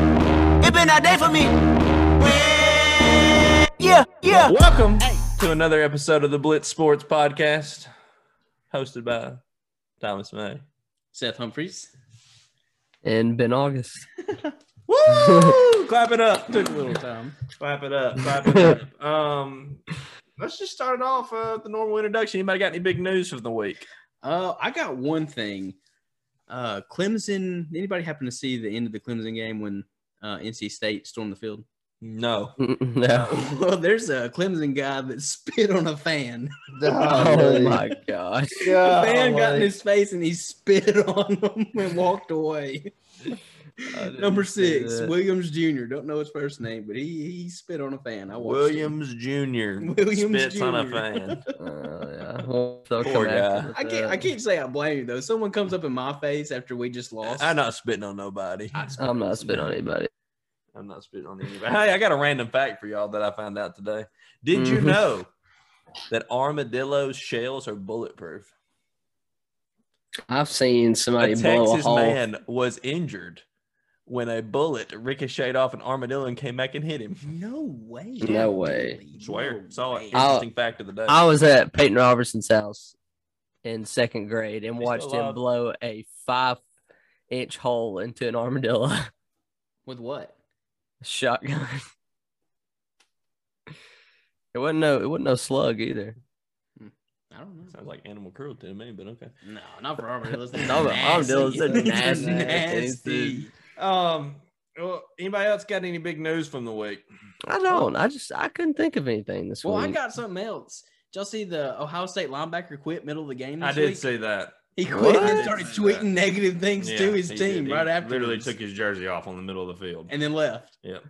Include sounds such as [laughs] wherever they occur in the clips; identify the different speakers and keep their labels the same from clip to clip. Speaker 1: It been that day for me. Yeah, yeah.
Speaker 2: Welcome to another episode of the Blitz Sports Podcast, hosted by Thomas May.
Speaker 3: Seth Humphries.
Speaker 4: and Ben August. [laughs]
Speaker 2: [laughs] Woo! clap it up. Took a little time.
Speaker 3: Um,
Speaker 2: Clap it up. Clap it [laughs] up. Um, let's just start it off uh, with the normal introduction. Anybody got any big news from the week?
Speaker 3: uh, I got one thing. Uh, Clemson. Anybody happen to see the end of the Clemson game when uh, NC State stormed the field?
Speaker 2: [laughs]
Speaker 3: [laughs]
Speaker 2: No.
Speaker 4: no.
Speaker 3: well, there's a Clemson guy that [laughs] spit on a fan. [laughs]
Speaker 4: Oh my gosh.
Speaker 3: the fan got in his face and he spit [laughs] on him and walked away. Number six, Williams Jr. Don't know his first name, but he he spit on a fan. I watched it.
Speaker 2: Williams [laughs] Jr.
Speaker 3: Williams
Speaker 2: spits on a [laughs]
Speaker 3: Jr..
Speaker 2: fan.
Speaker 4: Oh, yeah. Well, they'll
Speaker 2: Poor guy.
Speaker 4: come after with
Speaker 3: I can't.
Speaker 4: that.
Speaker 3: I can't say I blame you though. Someone comes up in my face after we just lost.
Speaker 2: I'm not spitting on nobody.
Speaker 4: I'm not spitting on anybody.
Speaker 2: I'm not spitting on anybody. Hey, I got a random fact for y'all that I found out today. Did you
Speaker 4: Mhm.
Speaker 2: know that armadillo's shells are bulletproof?
Speaker 4: I've seen somebody
Speaker 2: a
Speaker 4: blow a
Speaker 2: Texas
Speaker 4: hole.
Speaker 2: man was injured when a bullet ricocheted off an armadillo and came back and hit him.
Speaker 3: No way.
Speaker 4: No way.
Speaker 3: Really?
Speaker 2: Swear,
Speaker 3: No
Speaker 2: saw it.
Speaker 3: way.
Speaker 4: I'll-
Speaker 2: Interesting fact of the day.
Speaker 4: I was at Peyton Robertson's house in second grade and
Speaker 2: He's
Speaker 4: watched
Speaker 2: still alive.
Speaker 4: him blow a five inch hole into an armadillo [laughs]
Speaker 3: With what?
Speaker 4: shotgun. It wasn't no it wasn't no slug either.
Speaker 3: I don't
Speaker 2: [laughs]
Speaker 3: know.
Speaker 2: Sounds like animal cruelty to me, but okay.
Speaker 3: No, not for armadillos. They're
Speaker 4: [laughs] No, but
Speaker 3: nasty.
Speaker 4: armadillos
Speaker 2: [laughs]
Speaker 4: are
Speaker 3: They're
Speaker 4: nasty.
Speaker 3: nasty.
Speaker 2: Um. Well, anybody else got any big news from the week?
Speaker 4: I don't. I just I couldn't think of anything this
Speaker 3: Well, I
Speaker 4: week.
Speaker 3: got something else. Did y'all see the Ohio State linebacker quit middle of the game? This
Speaker 2: I did
Speaker 3: week?
Speaker 2: see that.
Speaker 3: He quit
Speaker 4: What? I
Speaker 3: and
Speaker 4: did
Speaker 3: started
Speaker 2: see
Speaker 3: tweeting
Speaker 2: that.
Speaker 3: negative things
Speaker 2: Yeah,
Speaker 3: to his
Speaker 2: he did.
Speaker 3: team
Speaker 2: He
Speaker 3: right after.
Speaker 2: Literally took his jersey off on the middle of the field.
Speaker 3: and then left.
Speaker 2: Yep.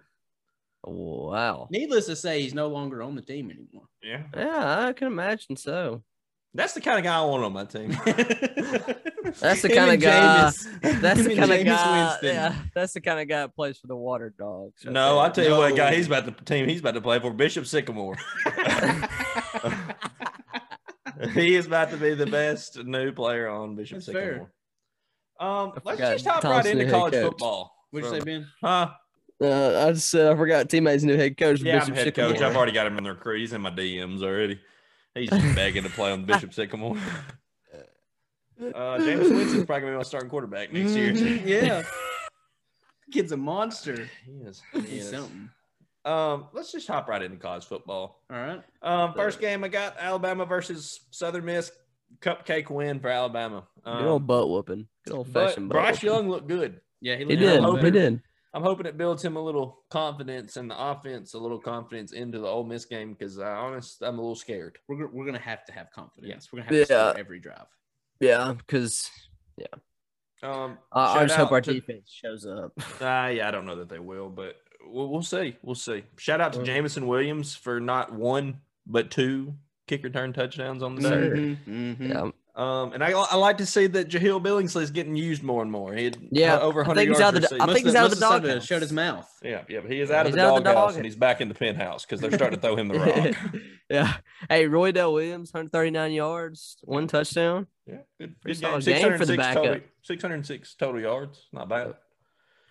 Speaker 4: wow.
Speaker 3: Needless to say, he's no longer on the
Speaker 2: [laughs]
Speaker 3: team anymore.
Speaker 2: Yeah.
Speaker 4: Yeah, I can imagine so.
Speaker 2: That's the kind of guy I want on my
Speaker 3: [laughs]
Speaker 2: team.
Speaker 4: That's
Speaker 3: That's
Speaker 4: the kinda guy- [laughs] That's
Speaker 3: Him
Speaker 4: the
Speaker 3: and
Speaker 4: kind of
Speaker 3: Jameis
Speaker 4: guy.
Speaker 3: Winston.
Speaker 4: Yeah, that's the kind of guy that plays for the Water Dogs. right
Speaker 2: No,
Speaker 4: there.
Speaker 2: I tell you what, guy,
Speaker 3: No.
Speaker 2: he's about the team he's about to play for Bishop [laughs] Sycamore. he is about to be the best new player on Bishop
Speaker 3: That's fair.
Speaker 2: Sycamore. Um,
Speaker 4: I
Speaker 2: let's
Speaker 4: forgot
Speaker 2: just hop
Speaker 4: Tom's
Speaker 2: right
Speaker 4: the
Speaker 2: into
Speaker 4: head
Speaker 2: college
Speaker 4: coach.
Speaker 2: football.
Speaker 3: What'd you say, Ben?
Speaker 2: Huh?
Speaker 4: Uh, I just said I forgot teammates new head coach.
Speaker 2: Yeah, I'm head coach.
Speaker 4: Sycamore.
Speaker 2: I've already got him in the recruit. He's in my DMs already. He's just begging to play on Bishop [laughs] Sycamore. Uh, James Winston's probably gonna be my starting quarterback next [laughs] year.
Speaker 3: Mhm, yeah. Kid's a monster.
Speaker 2: He is. He
Speaker 3: He's
Speaker 2: is.
Speaker 3: something.
Speaker 2: Um, let's just hop right into college football.
Speaker 3: All right.
Speaker 2: Um, first game I got Alabama versus Southern Miss. Cupcake win for Alabama. Um,
Speaker 4: Good old butt whooping. Good old fashioned
Speaker 2: but
Speaker 4: butt.
Speaker 2: Bryce
Speaker 4: whooping.
Speaker 2: Young looked good.
Speaker 3: Yeah,
Speaker 4: He
Speaker 3: looked
Speaker 4: did.
Speaker 3: a lot better.
Speaker 4: He did.
Speaker 2: I'm hoping it builds him a little confidence in the offense, a little confidence into the Ole Miss game because I honest, I'm a little scared.
Speaker 3: We're, go- we're gonna have to have confidence. We're gonna have to start every drive.
Speaker 4: Yeah, because
Speaker 2: Um,
Speaker 4: I, I
Speaker 2: shout
Speaker 4: just hope
Speaker 2: out
Speaker 4: our
Speaker 2: to-
Speaker 4: defense
Speaker 2: [laughs]
Speaker 4: shows up.
Speaker 2: Uh, yeah, I don't know that they will, but we'll, we'll see. We'll see. Shout out to
Speaker 4: Mm.
Speaker 2: Jamison Williams for not one but two kick return touchdowns on the day.
Speaker 4: Sir.
Speaker 3: Mhm, mhm.
Speaker 4: Yeah,
Speaker 2: Um, and I, I like to see that Jahil Billingsley is getting used more and more. He had
Speaker 4: Yeah,
Speaker 2: uh, over
Speaker 4: I
Speaker 2: 100
Speaker 4: think he's
Speaker 2: yards.
Speaker 4: out of the- I
Speaker 2: receiving.
Speaker 4: think he's
Speaker 3: Must've-
Speaker 4: out of
Speaker 3: must've
Speaker 4: the
Speaker 3: started to
Speaker 4: doghouse.
Speaker 3: Shut his mouth.
Speaker 2: yeah, yeah, but he is out
Speaker 4: He's
Speaker 2: of the
Speaker 4: out of the
Speaker 2: doghouse
Speaker 4: dog-
Speaker 2: and he's back in the penthouse because they're starting to throw
Speaker 4: [laughs]
Speaker 2: him the rock.
Speaker 4: yeah. Hey, Roy Dell Williams, 139 yards, one touchdown.
Speaker 2: Yeah, good,
Speaker 4: Pretty
Speaker 2: good
Speaker 4: solid game for the
Speaker 2: 606 Total,
Speaker 4: backup.
Speaker 2: 606 total yards. Not bad.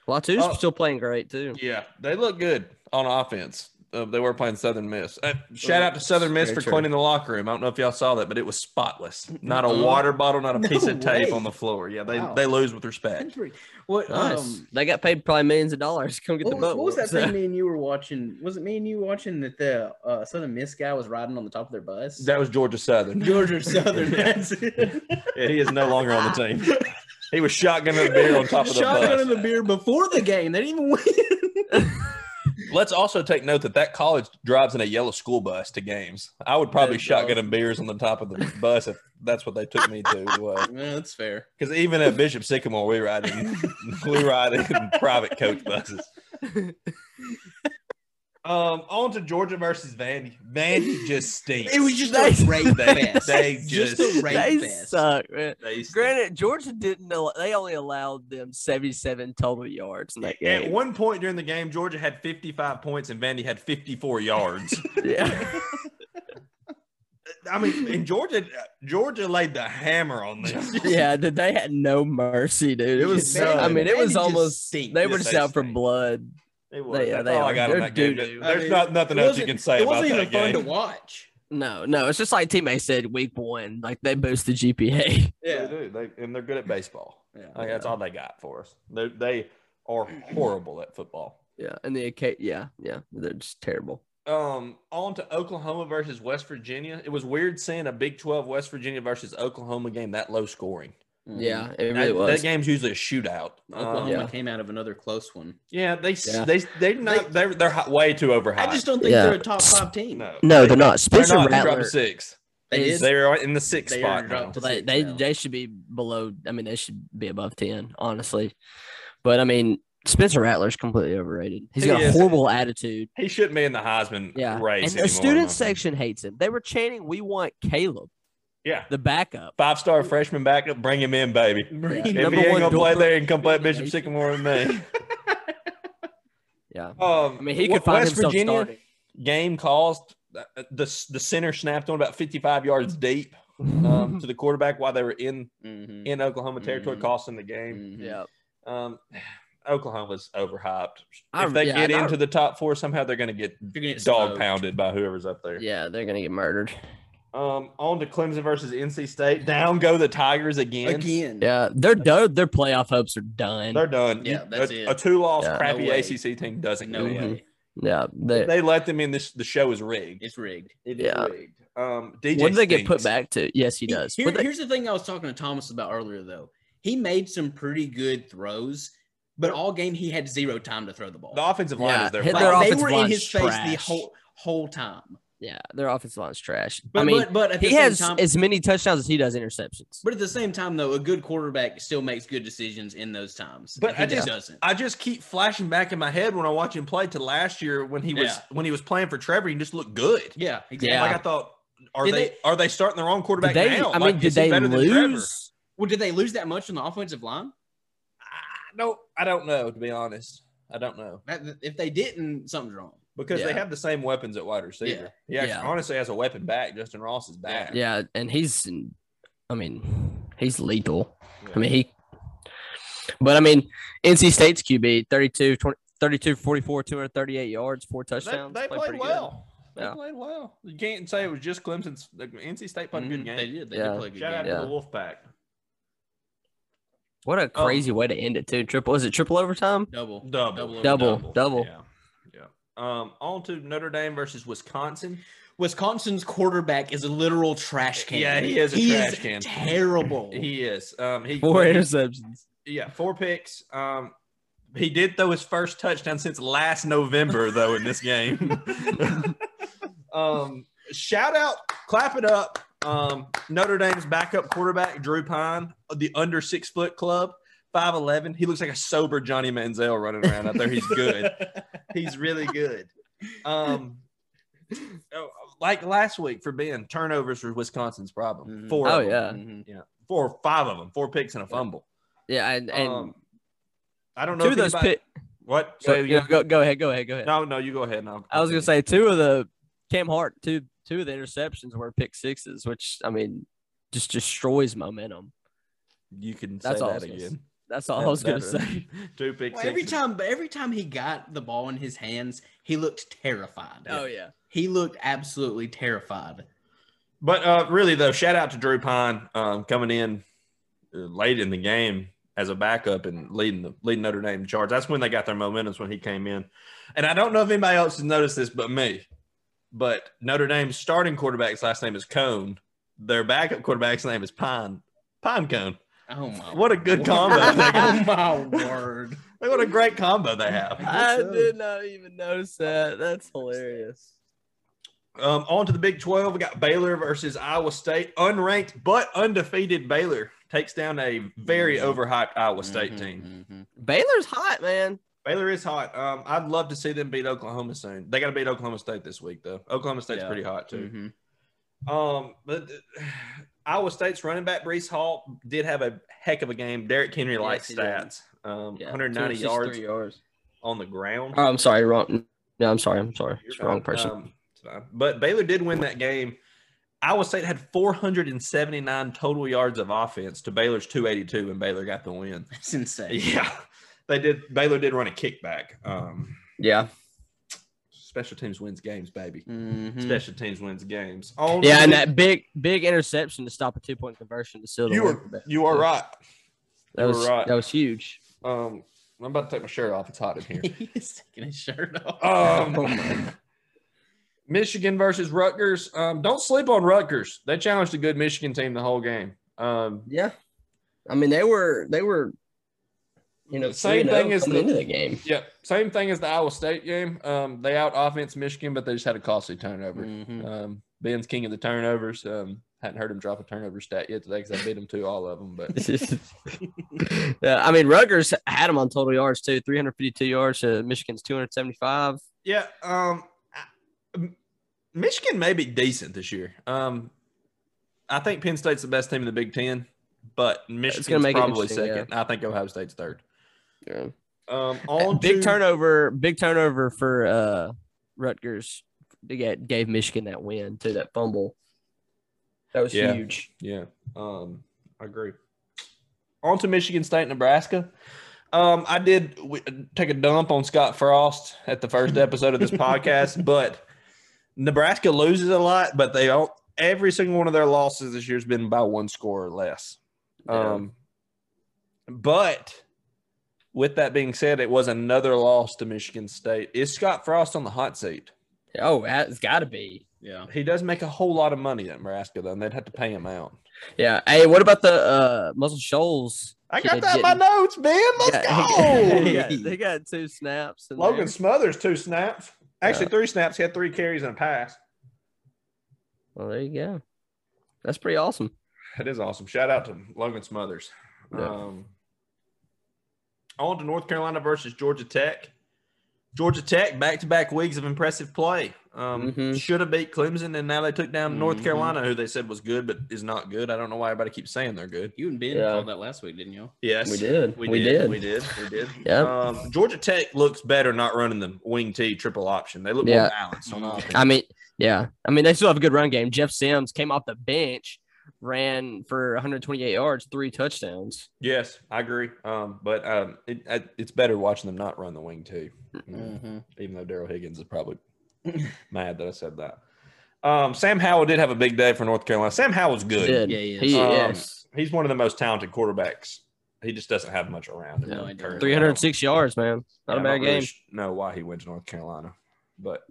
Speaker 4: Latu's
Speaker 2: Oh.
Speaker 4: still playing great too.
Speaker 2: Yeah, they look good on offense. Uh, they were playing Southern Miss. Uh, shout
Speaker 4: Oh,
Speaker 2: out to Southern Miss
Speaker 4: Very
Speaker 2: for
Speaker 4: true.
Speaker 2: cleaning the locker room. I don't know if y'all saw that, but it was spotless. Not a
Speaker 4: Uh-huh.
Speaker 3: Uh-uh.
Speaker 2: water bottle, not a
Speaker 3: No
Speaker 4: [laughs]
Speaker 2: piece of tape
Speaker 3: way.
Speaker 2: on the floor. Yeah, they,
Speaker 3: Wow.
Speaker 2: they lose with respect.
Speaker 3: Country. What?
Speaker 4: Nice.
Speaker 3: Um,
Speaker 4: they got paid probably millions of dollars. to Come get
Speaker 3: what,
Speaker 4: the
Speaker 3: was,
Speaker 4: butt.
Speaker 3: what was that
Speaker 4: whooped, so-
Speaker 3: [laughs] thing me and you were watching? Was it me and you watching that the uh, Southern Miss guy was riding on the top of their bus?
Speaker 2: That was Georgia Southern. [laughs]
Speaker 3: [laughs] Georgia Southern.
Speaker 2: Yeah.
Speaker 3: That's it.
Speaker 2: yeah, he is no longer on the team.
Speaker 4: [laughs]
Speaker 2: He was shotgunning a beer on top of the
Speaker 3: Shotgun
Speaker 2: bus.
Speaker 3: in the beer before the game. They didn't even [laughs] win.
Speaker 2: Let's also take note that that college drives in a yellow school bus to games. I would probably
Speaker 4: That's
Speaker 2: shotgun and beers on the top of the bus if that's what they took me to as well.
Speaker 3: that's fair.
Speaker 2: Because even at Bishop Sycamore, we ride in [laughs] we ride in private coach buses. [laughs] Um, on to Georgia versus Vandy. Vandy just stinks.
Speaker 3: It was just
Speaker 4: They-
Speaker 3: a rape
Speaker 2: they,
Speaker 3: fest.
Speaker 2: they
Speaker 3: Just
Speaker 2: just
Speaker 3: a rape
Speaker 4: [laughs] They
Speaker 3: fest.
Speaker 4: suck, man.
Speaker 2: they stink.
Speaker 4: Granted, Georgia didn't. al- They only allowed them 77 total yards
Speaker 3: [laughs]
Speaker 4: in that
Speaker 2: At
Speaker 4: game.
Speaker 2: one point during the game, Georgia had 55 points and Vandy had 54 yards.
Speaker 4: Yeah.
Speaker 2: [laughs] I mean, and Georgia Georgia laid the hammer on this.
Speaker 4: [laughs] yeah, dude, they had no mercy, dude. It was.
Speaker 2: Vandy-
Speaker 4: I mean, it
Speaker 3: Vandy
Speaker 4: was
Speaker 3: just
Speaker 4: almost.
Speaker 3: stink.
Speaker 4: They were
Speaker 2: Yes,
Speaker 4: just
Speaker 2: they
Speaker 4: out for
Speaker 2: stink.
Speaker 4: blood.
Speaker 2: It was.
Speaker 4: They are-
Speaker 2: That's
Speaker 4: they
Speaker 2: all I
Speaker 4: are.
Speaker 2: got on
Speaker 4: They're
Speaker 2: that game.
Speaker 4: doo-doo.
Speaker 2: There's
Speaker 3: I mean,
Speaker 2: not nothing
Speaker 3: It
Speaker 2: else you
Speaker 3: wasn't-
Speaker 2: can say
Speaker 3: It
Speaker 2: about
Speaker 3: wasn't even
Speaker 2: that
Speaker 3: fun
Speaker 2: game.
Speaker 3: to watch.
Speaker 4: No, no, it's just like teammate said week one, like they boost the GPA.
Speaker 2: They
Speaker 3: Yeah.
Speaker 2: do. They, and they're good at baseball.
Speaker 3: Yeah.
Speaker 2: Like, that's all they got for us. They're, they are horrible at football.
Speaker 4: [laughs] Yeah, and the okay, yeah, yeah, they're just terrible.
Speaker 2: um on to Oklahoma versus West Virginia. It was weird seeing a Big 12 West Virginia versus Oklahoma game that low scoring.
Speaker 3: Mm-hmm.
Speaker 4: Yeah, it really
Speaker 2: That, that
Speaker 4: was.
Speaker 2: game's usually a shootout.
Speaker 3: Oklahoma
Speaker 2: Um, yeah.
Speaker 4: Yeah.
Speaker 3: came out of another close one.
Speaker 2: they
Speaker 4: Yeah.
Speaker 2: they they're not they're they're hi- way too overhyped.
Speaker 3: I just don't think
Speaker 4: Yeah.
Speaker 3: they're a top five team.
Speaker 2: no.
Speaker 4: no, they're not.
Speaker 2: They're
Speaker 4: Spencer
Speaker 2: not. They dropped
Speaker 4: Rattler.
Speaker 2: a six.
Speaker 3: They
Speaker 4: Is-
Speaker 3: did.
Speaker 2: They are in the sixth
Speaker 3: They
Speaker 2: spot.
Speaker 3: already
Speaker 2: now.
Speaker 3: dropped a
Speaker 4: They
Speaker 3: six
Speaker 4: they,
Speaker 3: now.
Speaker 4: they should be below. I mean, they should be above ten, honestly. But I mean, Spencer Rattler's completely overrated. He's
Speaker 2: He
Speaker 4: got a
Speaker 2: is.
Speaker 4: horrible attitude.
Speaker 2: He shouldn't be in the Heisman
Speaker 4: Yeah,
Speaker 2: race.
Speaker 4: and the
Speaker 2: anymore,
Speaker 4: student
Speaker 2: huh?
Speaker 4: section hates him. They were chanting, "We want Caleb,
Speaker 2: Yeah.
Speaker 4: the backup."
Speaker 2: Five star freshman backup, bring him in, baby.
Speaker 3: Bring
Speaker 4: Yeah.
Speaker 2: If
Speaker 4: Number
Speaker 2: he ain't
Speaker 4: one
Speaker 2: gonna play
Speaker 4: dorm.
Speaker 2: there and come play at Bishop Sycamore with me.
Speaker 4: [laughs] Yeah,
Speaker 2: Um,
Speaker 4: I mean, he
Speaker 2: W-
Speaker 4: could find
Speaker 2: West
Speaker 4: himself
Speaker 2: Virginia,
Speaker 4: starting.
Speaker 2: game caused uh, the the center snapped on about 55 yards deep
Speaker 4: [laughs] Mm-hmm.
Speaker 2: um, to the quarterback while they were in
Speaker 3: Mhm.
Speaker 2: in Oklahoma territory,
Speaker 3: Mhm.
Speaker 2: costing the game.
Speaker 3: Mhm.
Speaker 4: yeah,
Speaker 2: Um, Oklahoma's overhyped.
Speaker 4: Mm-hmm. I-
Speaker 2: if they
Speaker 4: yeah,
Speaker 2: get
Speaker 4: and I-
Speaker 2: into the top four, somehow they're going to get
Speaker 3: You're gonna get
Speaker 2: dog
Speaker 3: smoked.
Speaker 2: pounded by whoever's up there.
Speaker 4: yeah, they're gonna get murdered.
Speaker 2: Um, on to Clemson versus NC State. Down go the Tigers again.
Speaker 3: again.
Speaker 4: Yeah, their their their playoff hopes are done.
Speaker 2: They're done.
Speaker 3: Yeah,
Speaker 2: You-
Speaker 3: that's
Speaker 2: a,
Speaker 3: it.
Speaker 2: a two-loss
Speaker 4: Yeah.
Speaker 2: crappy
Speaker 3: No way.
Speaker 2: ACC team doesn't
Speaker 3: No
Speaker 2: go
Speaker 4: Mm-hmm.
Speaker 2: in.
Speaker 3: way.
Speaker 4: yeah, they,
Speaker 2: They let them in. This the show is rigged.
Speaker 3: It's rigged.
Speaker 2: It
Speaker 4: Yeah.
Speaker 2: rigged. Um, DJ
Speaker 4: what did they get put
Speaker 2: stinks.
Speaker 4: back to? Yes, he
Speaker 3: He-
Speaker 4: does.
Speaker 3: here-
Speaker 4: What'd they-
Speaker 3: here's the thing I was talking to Thomas about earlier, though. He made some pretty good throws, but all game he had zero time to throw the ball.
Speaker 2: The offensive line
Speaker 4: Yeah,
Speaker 2: is their
Speaker 4: hit
Speaker 2: problem.
Speaker 4: their
Speaker 3: like, they
Speaker 4: offensive
Speaker 3: were in
Speaker 4: line's
Speaker 3: his face the
Speaker 4: trash.
Speaker 3: whole whole time.
Speaker 4: yeah, their offensive line's trash.
Speaker 3: But
Speaker 4: I mean,
Speaker 3: but, but at the
Speaker 4: he
Speaker 3: same
Speaker 4: has
Speaker 3: time,
Speaker 4: as many touchdowns as he does interceptions.
Speaker 3: but at the same time though, a good quarterback still makes good decisions in those times.
Speaker 2: But
Speaker 3: and he
Speaker 2: I just-
Speaker 3: doesn't.
Speaker 2: I just keep flashing back in my head when I watch him play to last year when he was
Speaker 3: Yeah.
Speaker 2: when he was playing for Trevor. He just looked good.
Speaker 3: yeah, exactly.
Speaker 4: Yeah.
Speaker 2: Like I thought, are
Speaker 3: Did
Speaker 2: they,
Speaker 3: they-
Speaker 2: are they starting the wrong quarterback
Speaker 4: Did they?
Speaker 2: now?
Speaker 4: I mean,
Speaker 2: Like,
Speaker 4: did
Speaker 2: is he
Speaker 4: they
Speaker 2: better than Trevor?
Speaker 4: lose?
Speaker 3: Well, did they lose that much on the offensive line?
Speaker 2: I don't. I don't know to be honest. I don't know
Speaker 3: That- if they didn't, something's wrong.
Speaker 2: because they
Speaker 4: Yeah.
Speaker 2: have the same weapons at wide receiver. Yeah.
Speaker 4: Yeah.
Speaker 2: honestly has a weapon back. Justin Ross is back.
Speaker 4: Yeah, and he's, I mean, he's lethal.
Speaker 2: Yeah.
Speaker 4: I mean, he, but I mean, NC State's QB 32, 20, 32 44, 238 yards, four
Speaker 2: They,
Speaker 4: touchdowns.
Speaker 2: they
Speaker 4: pretty
Speaker 2: played
Speaker 4: good.
Speaker 2: well. They
Speaker 4: Yeah.
Speaker 2: played well. You can't say it was just Clemson's. like, NC State played a good
Speaker 3: Mhm.
Speaker 2: game.
Speaker 3: They did. They
Speaker 4: Yeah.
Speaker 3: did play a good
Speaker 2: Shout out
Speaker 3: game.
Speaker 2: to
Speaker 4: Yeah.
Speaker 2: the Wolfpack.
Speaker 4: What a
Speaker 2: Oh.
Speaker 4: crazy way to end it, too. Triple, is it triple overtime?
Speaker 3: Double.
Speaker 2: Double.
Speaker 3: over
Speaker 4: Double, double.
Speaker 2: Yeah. Yeah. Um, on to Notre Dame versus Wisconsin.
Speaker 3: Wisconsin's quarterback is a literal trash can.
Speaker 2: Yeah, he is a
Speaker 3: He
Speaker 2: trash can. [laughs]
Speaker 3: Terrible.
Speaker 2: He is. Um, he
Speaker 4: Four
Speaker 2: he-
Speaker 4: interceptions.
Speaker 2: Yeah, four picks. Um, he did throw his first touchdown since last November, though, in this [laughs] game. um, shout out, clap it up. Um, Notre Dame's backup quarterback, Drew Pine, the under six foot club, 5'11. He looks like a sober Johnny Manziel running around out there. He's good. [laughs]
Speaker 3: [laughs]
Speaker 2: He's really good. Um, oh, like last week for Ben, turnovers were Wisconsin's problem.
Speaker 3: Mhm.
Speaker 2: Four.
Speaker 4: Oh,
Speaker 2: of 'em.
Speaker 4: yeah.
Speaker 3: Mhm.
Speaker 2: Four or five of them. Four picks and a fumble.
Speaker 4: Yeah, and, and
Speaker 2: Um, I don't know
Speaker 4: two
Speaker 2: if
Speaker 4: of those
Speaker 2: anybody-
Speaker 4: pit.
Speaker 2: What?
Speaker 4: So,
Speaker 2: Say
Speaker 4: yeah,
Speaker 2: again?
Speaker 4: go, go ahead, go ahead, go ahead.
Speaker 2: no, no, you go ahead. And I'll,
Speaker 4: I was gonna say two of the Cam Hart, two two of the interceptions were pick sixes, which I mean, just destroys momentum.
Speaker 2: you can
Speaker 4: That's
Speaker 2: say
Speaker 4: all I
Speaker 2: that
Speaker 4: was gonna
Speaker 2: again.
Speaker 4: That's all I
Speaker 2: That-
Speaker 4: was gonna
Speaker 2: that-
Speaker 4: say.
Speaker 2: [laughs] Two pick
Speaker 3: Well, every
Speaker 2: sixes.
Speaker 3: time, but every time he got the ball in his hands, he looked terrified.
Speaker 4: Oh yeah,
Speaker 3: He looked absolutely terrified.
Speaker 2: But uh, really though, shout out to Drew Pine um, coming in uh, late in the game as a backup and leading the leading Notre Dame in charge. That's when they got their momentum when he came in. And I don't know if anybody else has noticed this but me. But Notre Dame's starting quarterback's last name is Cone. Their backup quarterback's name is Pine. Pine Cone.
Speaker 3: Oh my!
Speaker 2: What a good
Speaker 3: word.
Speaker 2: combo they
Speaker 3: [laughs] oh
Speaker 2: got.
Speaker 3: my word!
Speaker 2: Like, What a great combo they have.
Speaker 4: I
Speaker 3: so.
Speaker 4: did not even notice that. That's hilarious.
Speaker 2: Um, on to the Big 12. We got Baylor versus Iowa State. Unranked but undefeated Baylor takes down a very
Speaker 3: Mhm.
Speaker 4: Mm-hmm.
Speaker 2: overhyped Iowa [laughs] State team.
Speaker 3: Mhm,
Speaker 4: Baylor's hot, man.
Speaker 2: Baylor is hot. Um, I'd love to see them beat Oklahoma soon. They got to beat Oklahoma State this week, though. Oklahoma State's
Speaker 4: Yeah. Mm-hmm.
Speaker 2: pretty hot, too.
Speaker 3: mhm,
Speaker 2: Um, but uh, [sighs] Iowa State's running back, Brees Hall, did have a heck of a game. Derrick Henry likes
Speaker 4: he did.
Speaker 2: stats. Um,
Speaker 4: Yeah,
Speaker 2: 190 yards
Speaker 4: yards.
Speaker 2: on the ground.
Speaker 4: Oh, I'm sorry, wrong. No, I'm sorry, I'm sorry.
Speaker 2: You're
Speaker 4: It's the wrong
Speaker 2: fine.
Speaker 4: person.
Speaker 2: Um, it's fine. but Baylor did win that game. Iowa State had 479 total yards of offense to Baylor's 282, and Baylor got the win. [laughs]
Speaker 3: That's insane.
Speaker 2: Yeah, they did. Baylor did run a kickback. Um,
Speaker 4: Yeah.
Speaker 2: Special teams wins games, baby.
Speaker 3: Mhm.
Speaker 2: Special teams wins games. All
Speaker 4: Mm-hmm. Yeah, and
Speaker 2: the-
Speaker 4: that big big interception to stop a two point conversion to seal the
Speaker 2: you
Speaker 4: win.
Speaker 2: were you are right.
Speaker 4: that
Speaker 2: you
Speaker 4: was
Speaker 2: were right.
Speaker 4: that was huge.
Speaker 2: Um, I'm about to take my shirt off. It's hot in
Speaker 4: [laughs]
Speaker 2: here.
Speaker 3: [laughs] He's taking his shirt off.
Speaker 2: Oh.
Speaker 4: Oh,
Speaker 2: Um, Michigan versus Rutgers. Um, don't sleep on Rutgers. They challenged a good Michigan team the whole game. Um,
Speaker 4: Yeah. I mean, they were they were you know
Speaker 2: Same
Speaker 4: 3-0
Speaker 2: thing as
Speaker 4: coming
Speaker 2: the-
Speaker 4: into the game.
Speaker 2: yeah, same thing as the Iowa State game. Um, they out offense Michigan, but they just had a costly turnover.
Speaker 4: Mm-hmm.
Speaker 3: Mhm.
Speaker 2: Um, Ben's king of the turnovers. Um, hadn't heard him drop a turnover stat yet today because I beat him to all of them. But
Speaker 4: [laughs] yeah, I mean, Rutgers had them on total yards too, 352 yards to Michigan's 275.
Speaker 2: [laughs] yeah, um, I- Michigan may be decent this year. Um, I think Penn State's the best team in the Big Ten, but Michigan's
Speaker 4: make it
Speaker 2: probably
Speaker 4: interesting,
Speaker 2: second. I think Ohio State's third.
Speaker 4: Yeah.
Speaker 2: Um, on
Speaker 4: big
Speaker 2: to-
Speaker 4: turnover, big turnover for uh, Rutgers. They get, gave Michigan that win to that fumble. That was
Speaker 2: Yeah.
Speaker 4: huge.
Speaker 2: Yeah, um, I agree. On to Michigan State, Nebraska. Um, I did w- take a dump on Scott Frost at the first episode of this podcast, but Nebraska loses a lot, but they don't. Every single one of their losses this year has been by one score or less. Um, but with that being said, it was another loss to Michigan State. Is Scott Frost on the hot seat?
Speaker 4: Oh, it's got to be.
Speaker 3: Yeah.
Speaker 2: He does make a whole lot of money at Nebraska, though, and they'd have to pay him out.
Speaker 4: Yeah. Hey, what about the uh, Muscle Shoals?
Speaker 2: I
Speaker 4: Should
Speaker 2: got
Speaker 4: have
Speaker 2: that in my
Speaker 4: didn't.
Speaker 2: notes, man. Let's
Speaker 4: [laughs]
Speaker 3: [laughs]
Speaker 2: go.
Speaker 4: they, got, they got two snaps. in
Speaker 2: Logan
Speaker 4: there.
Speaker 2: Smothers, two snaps. Actually, three snaps. He had three carries and a pass.
Speaker 4: Well, there you go. That's pretty awesome.
Speaker 2: That is awesome. Shout out to Logan Smothers.
Speaker 4: Yeah.
Speaker 2: Um, on to North Carolina versus Georgia Tech. Georgia Tech back to back weeks of impressive play. Um,
Speaker 4: Mhm.
Speaker 2: Should have beat Clemson, and now they took down North
Speaker 4: Mm-hmm.
Speaker 3: Mhm.
Speaker 2: Carolina, who they said was good, but is not good. I don't know why everybody keeps saying they're good.
Speaker 3: You and Ben
Speaker 4: Yeah.
Speaker 3: called that last week, didn't you?
Speaker 2: Yes,
Speaker 4: We did.
Speaker 2: We,
Speaker 4: We
Speaker 2: did.
Speaker 4: did.
Speaker 2: We did. We
Speaker 4: [laughs]
Speaker 2: did.
Speaker 4: Yeah.
Speaker 2: Um, Georgia Tech looks better not running the wing T triple option. They look more
Speaker 4: Yeah.
Speaker 2: balanced on
Speaker 3: Mhm.
Speaker 2: offense.
Speaker 4: I mean, yeah. I mean, they still have a good run game. Jeff Sims came off the bench, ran for 128 yards, three touchdowns.
Speaker 2: yes, I agree. Um, but um, it, I- it's better watching them not run the wing T, even though Daryl Higgins is probably [laughs] mad that I said that. Um, Sam Howell did have a big day for North Carolina. Sam Howell's good.
Speaker 4: Good.
Speaker 3: Yeah, yeah.
Speaker 4: He
Speaker 2: Um,
Speaker 4: is.
Speaker 2: He's one of the most talented quarterbacks. He just doesn't have much around him.
Speaker 4: No,
Speaker 3: he doesn't.
Speaker 4: 306 yards, man.
Speaker 2: Yeah,
Speaker 4: Not a
Speaker 2: I
Speaker 4: bad
Speaker 2: don't really
Speaker 4: game.
Speaker 2: sh- know why he went to North Carolina, but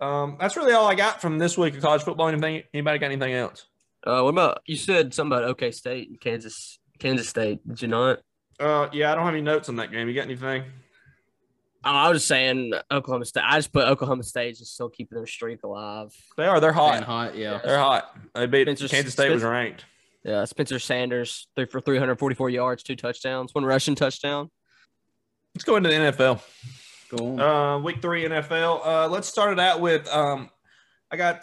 Speaker 2: um, that's really all I got from this week of college football. Anything? Anybody got anything else?
Speaker 4: Uh, what about you said something about OK State and Kansas Kansas State? Did you not?
Speaker 2: Uh, yeah, I don't have any notes on that game. You got anything?
Speaker 4: Oh, I was saying Oklahoma State. I just put Oklahoma State just still keeping their streak alive.
Speaker 2: They are. They're
Speaker 3: Hot.
Speaker 2: hot.
Speaker 3: hot, yeah.
Speaker 2: They're hot. They beat
Speaker 4: Spencer-
Speaker 2: Kansas State was ranked.
Speaker 4: Yeah, Spencer Sanders three for 344 yards, two touchdowns, one rushing touchdown.
Speaker 2: Let's go into the NFL.
Speaker 3: Go on.
Speaker 2: Uh, week three NFL. Uh, let's start it out with um, I got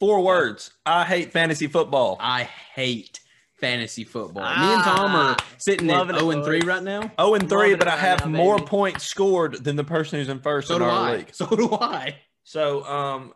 Speaker 2: four words. I hate fantasy football.
Speaker 3: I hate fantasy football. Me and Tom are
Speaker 4: Ah,
Speaker 3: sitting at
Speaker 4: loving it,
Speaker 3: 0 and 3
Speaker 4: boys.
Speaker 3: right now.
Speaker 2: Oh and three,
Speaker 4: Love it
Speaker 2: but I
Speaker 4: right
Speaker 2: have
Speaker 4: now,
Speaker 2: more
Speaker 4: baby.
Speaker 2: points scored than the person who's in first
Speaker 3: So
Speaker 2: in
Speaker 3: do
Speaker 2: our
Speaker 3: I.
Speaker 2: league.
Speaker 3: [laughs] So do I.
Speaker 2: So um,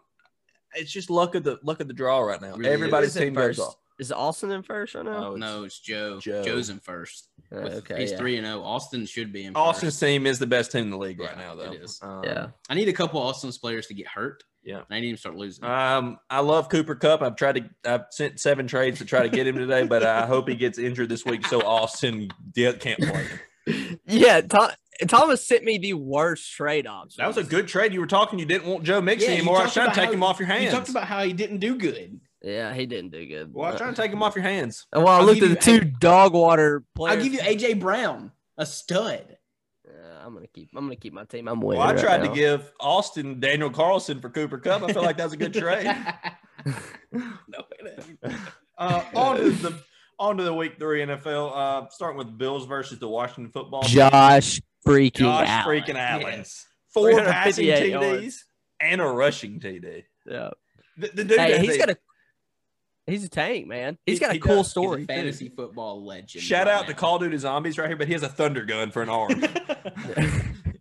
Speaker 2: it's just luck of the luck of the draw right now.
Speaker 3: Really
Speaker 2: Everybody's
Speaker 4: is. Who is
Speaker 2: team
Speaker 4: it
Speaker 2: goes
Speaker 4: first?
Speaker 2: off.
Speaker 4: Is Austin in first right now?
Speaker 2: Oh, it's-
Speaker 3: No, it's Joe.
Speaker 2: Joe.
Speaker 3: Joe's in first.
Speaker 4: Uh,
Speaker 3: With-
Speaker 4: okay,
Speaker 3: he's
Speaker 4: yeah.
Speaker 3: 3 and 0. Austin should be in
Speaker 2: Austin's
Speaker 3: first.
Speaker 2: team is the best team in the league right
Speaker 3: Yeah,
Speaker 2: now, though.
Speaker 3: it is.
Speaker 2: Um,
Speaker 4: Yeah.
Speaker 3: I need a couple Austin's players to get hurt.
Speaker 2: Yeah.
Speaker 3: And I need him to start losing.
Speaker 2: Um, I love Cooper Cup. I've tried to. I've sent seven trades to try to get him today, but I hope he gets injured this week so Austin de- can't play. him.
Speaker 4: [laughs] Yeah, Tho- Thomas sent me the worst trade option.
Speaker 2: That was a good trade. You were talking. You didn't want Joe Mixon
Speaker 3: Yeah, you
Speaker 2: anymore. I was
Speaker 3: talked
Speaker 2: trying to
Speaker 3: about
Speaker 2: take
Speaker 3: how-
Speaker 2: him off your
Speaker 3: you
Speaker 2: hands.
Speaker 3: talked about how he didn't do good.
Speaker 4: Yeah, he didn't do good. Uh,
Speaker 2: well, I was trying to take him off your hands.
Speaker 4: well, I
Speaker 3: I'll
Speaker 4: looked at
Speaker 3: give
Speaker 4: the
Speaker 3: you
Speaker 4: two dog water players.
Speaker 3: I'll give you AJ Brown, a
Speaker 2: [laughs]
Speaker 3: stud.
Speaker 4: Yeah, I'm gonna keep. I'm gonna keep my team. I'm
Speaker 2: Well,
Speaker 4: winning.
Speaker 2: I
Speaker 4: right
Speaker 2: tried
Speaker 4: now.
Speaker 2: to give Austin Daniel Carlson for Cooper Cup. I feel like that was a good trade.
Speaker 3: no, it ain't.
Speaker 2: Uh, on to the on to the week three NFL. Uh, starting with Bills versus the Washington football. team.
Speaker 4: Josh freaking
Speaker 2: Josh
Speaker 4: Allen.
Speaker 2: freaking Allen.
Speaker 3: Yes.
Speaker 2: Four passing
Speaker 4: 358
Speaker 2: TDs
Speaker 4: yards.
Speaker 2: and a rushing TD.
Speaker 4: Yeah.
Speaker 2: The, the dude
Speaker 4: Hey,
Speaker 2: has
Speaker 4: he's
Speaker 2: a-
Speaker 4: got a. He's a tank, man. He's
Speaker 2: He-
Speaker 4: got a
Speaker 2: he
Speaker 4: cool
Speaker 2: does. He's a
Speaker 3: He's
Speaker 4: story.
Speaker 3: a
Speaker 4: too.
Speaker 3: fantasy football legend.
Speaker 2: shout
Speaker 3: right
Speaker 2: out to
Speaker 3: now.
Speaker 2: Call of Duty Zombies right here, but he has a thunder gun for an [laughs] arm.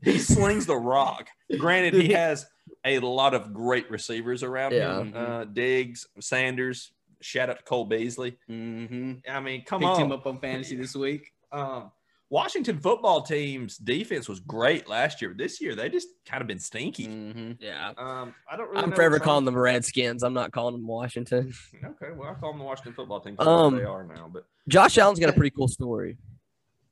Speaker 2: he slings the rock. Granted, he has a lot of great receivers around him.
Speaker 3: Yeah.
Speaker 2: Uh, Diggs, Sanders. Shout out to Cole Beasley.
Speaker 3: Mhm.
Speaker 2: I mean, come
Speaker 3: Picked
Speaker 2: on.
Speaker 3: him up on fantasy this week.
Speaker 2: Um, Washington football team's defense was great last year. This year, they just kind of been stinky.
Speaker 3: Mhm.
Speaker 4: Yeah.
Speaker 2: Mm. Um, I don't really
Speaker 4: I'm
Speaker 2: know
Speaker 4: forever
Speaker 2: what's
Speaker 4: calling them Redskins. I'm not calling them Washington.
Speaker 2: wrong. Okay, well, I call them the Washington football team. 'cause that's what
Speaker 4: Um,
Speaker 2: they are now, but
Speaker 4: Josh Allen's got a pretty cool story.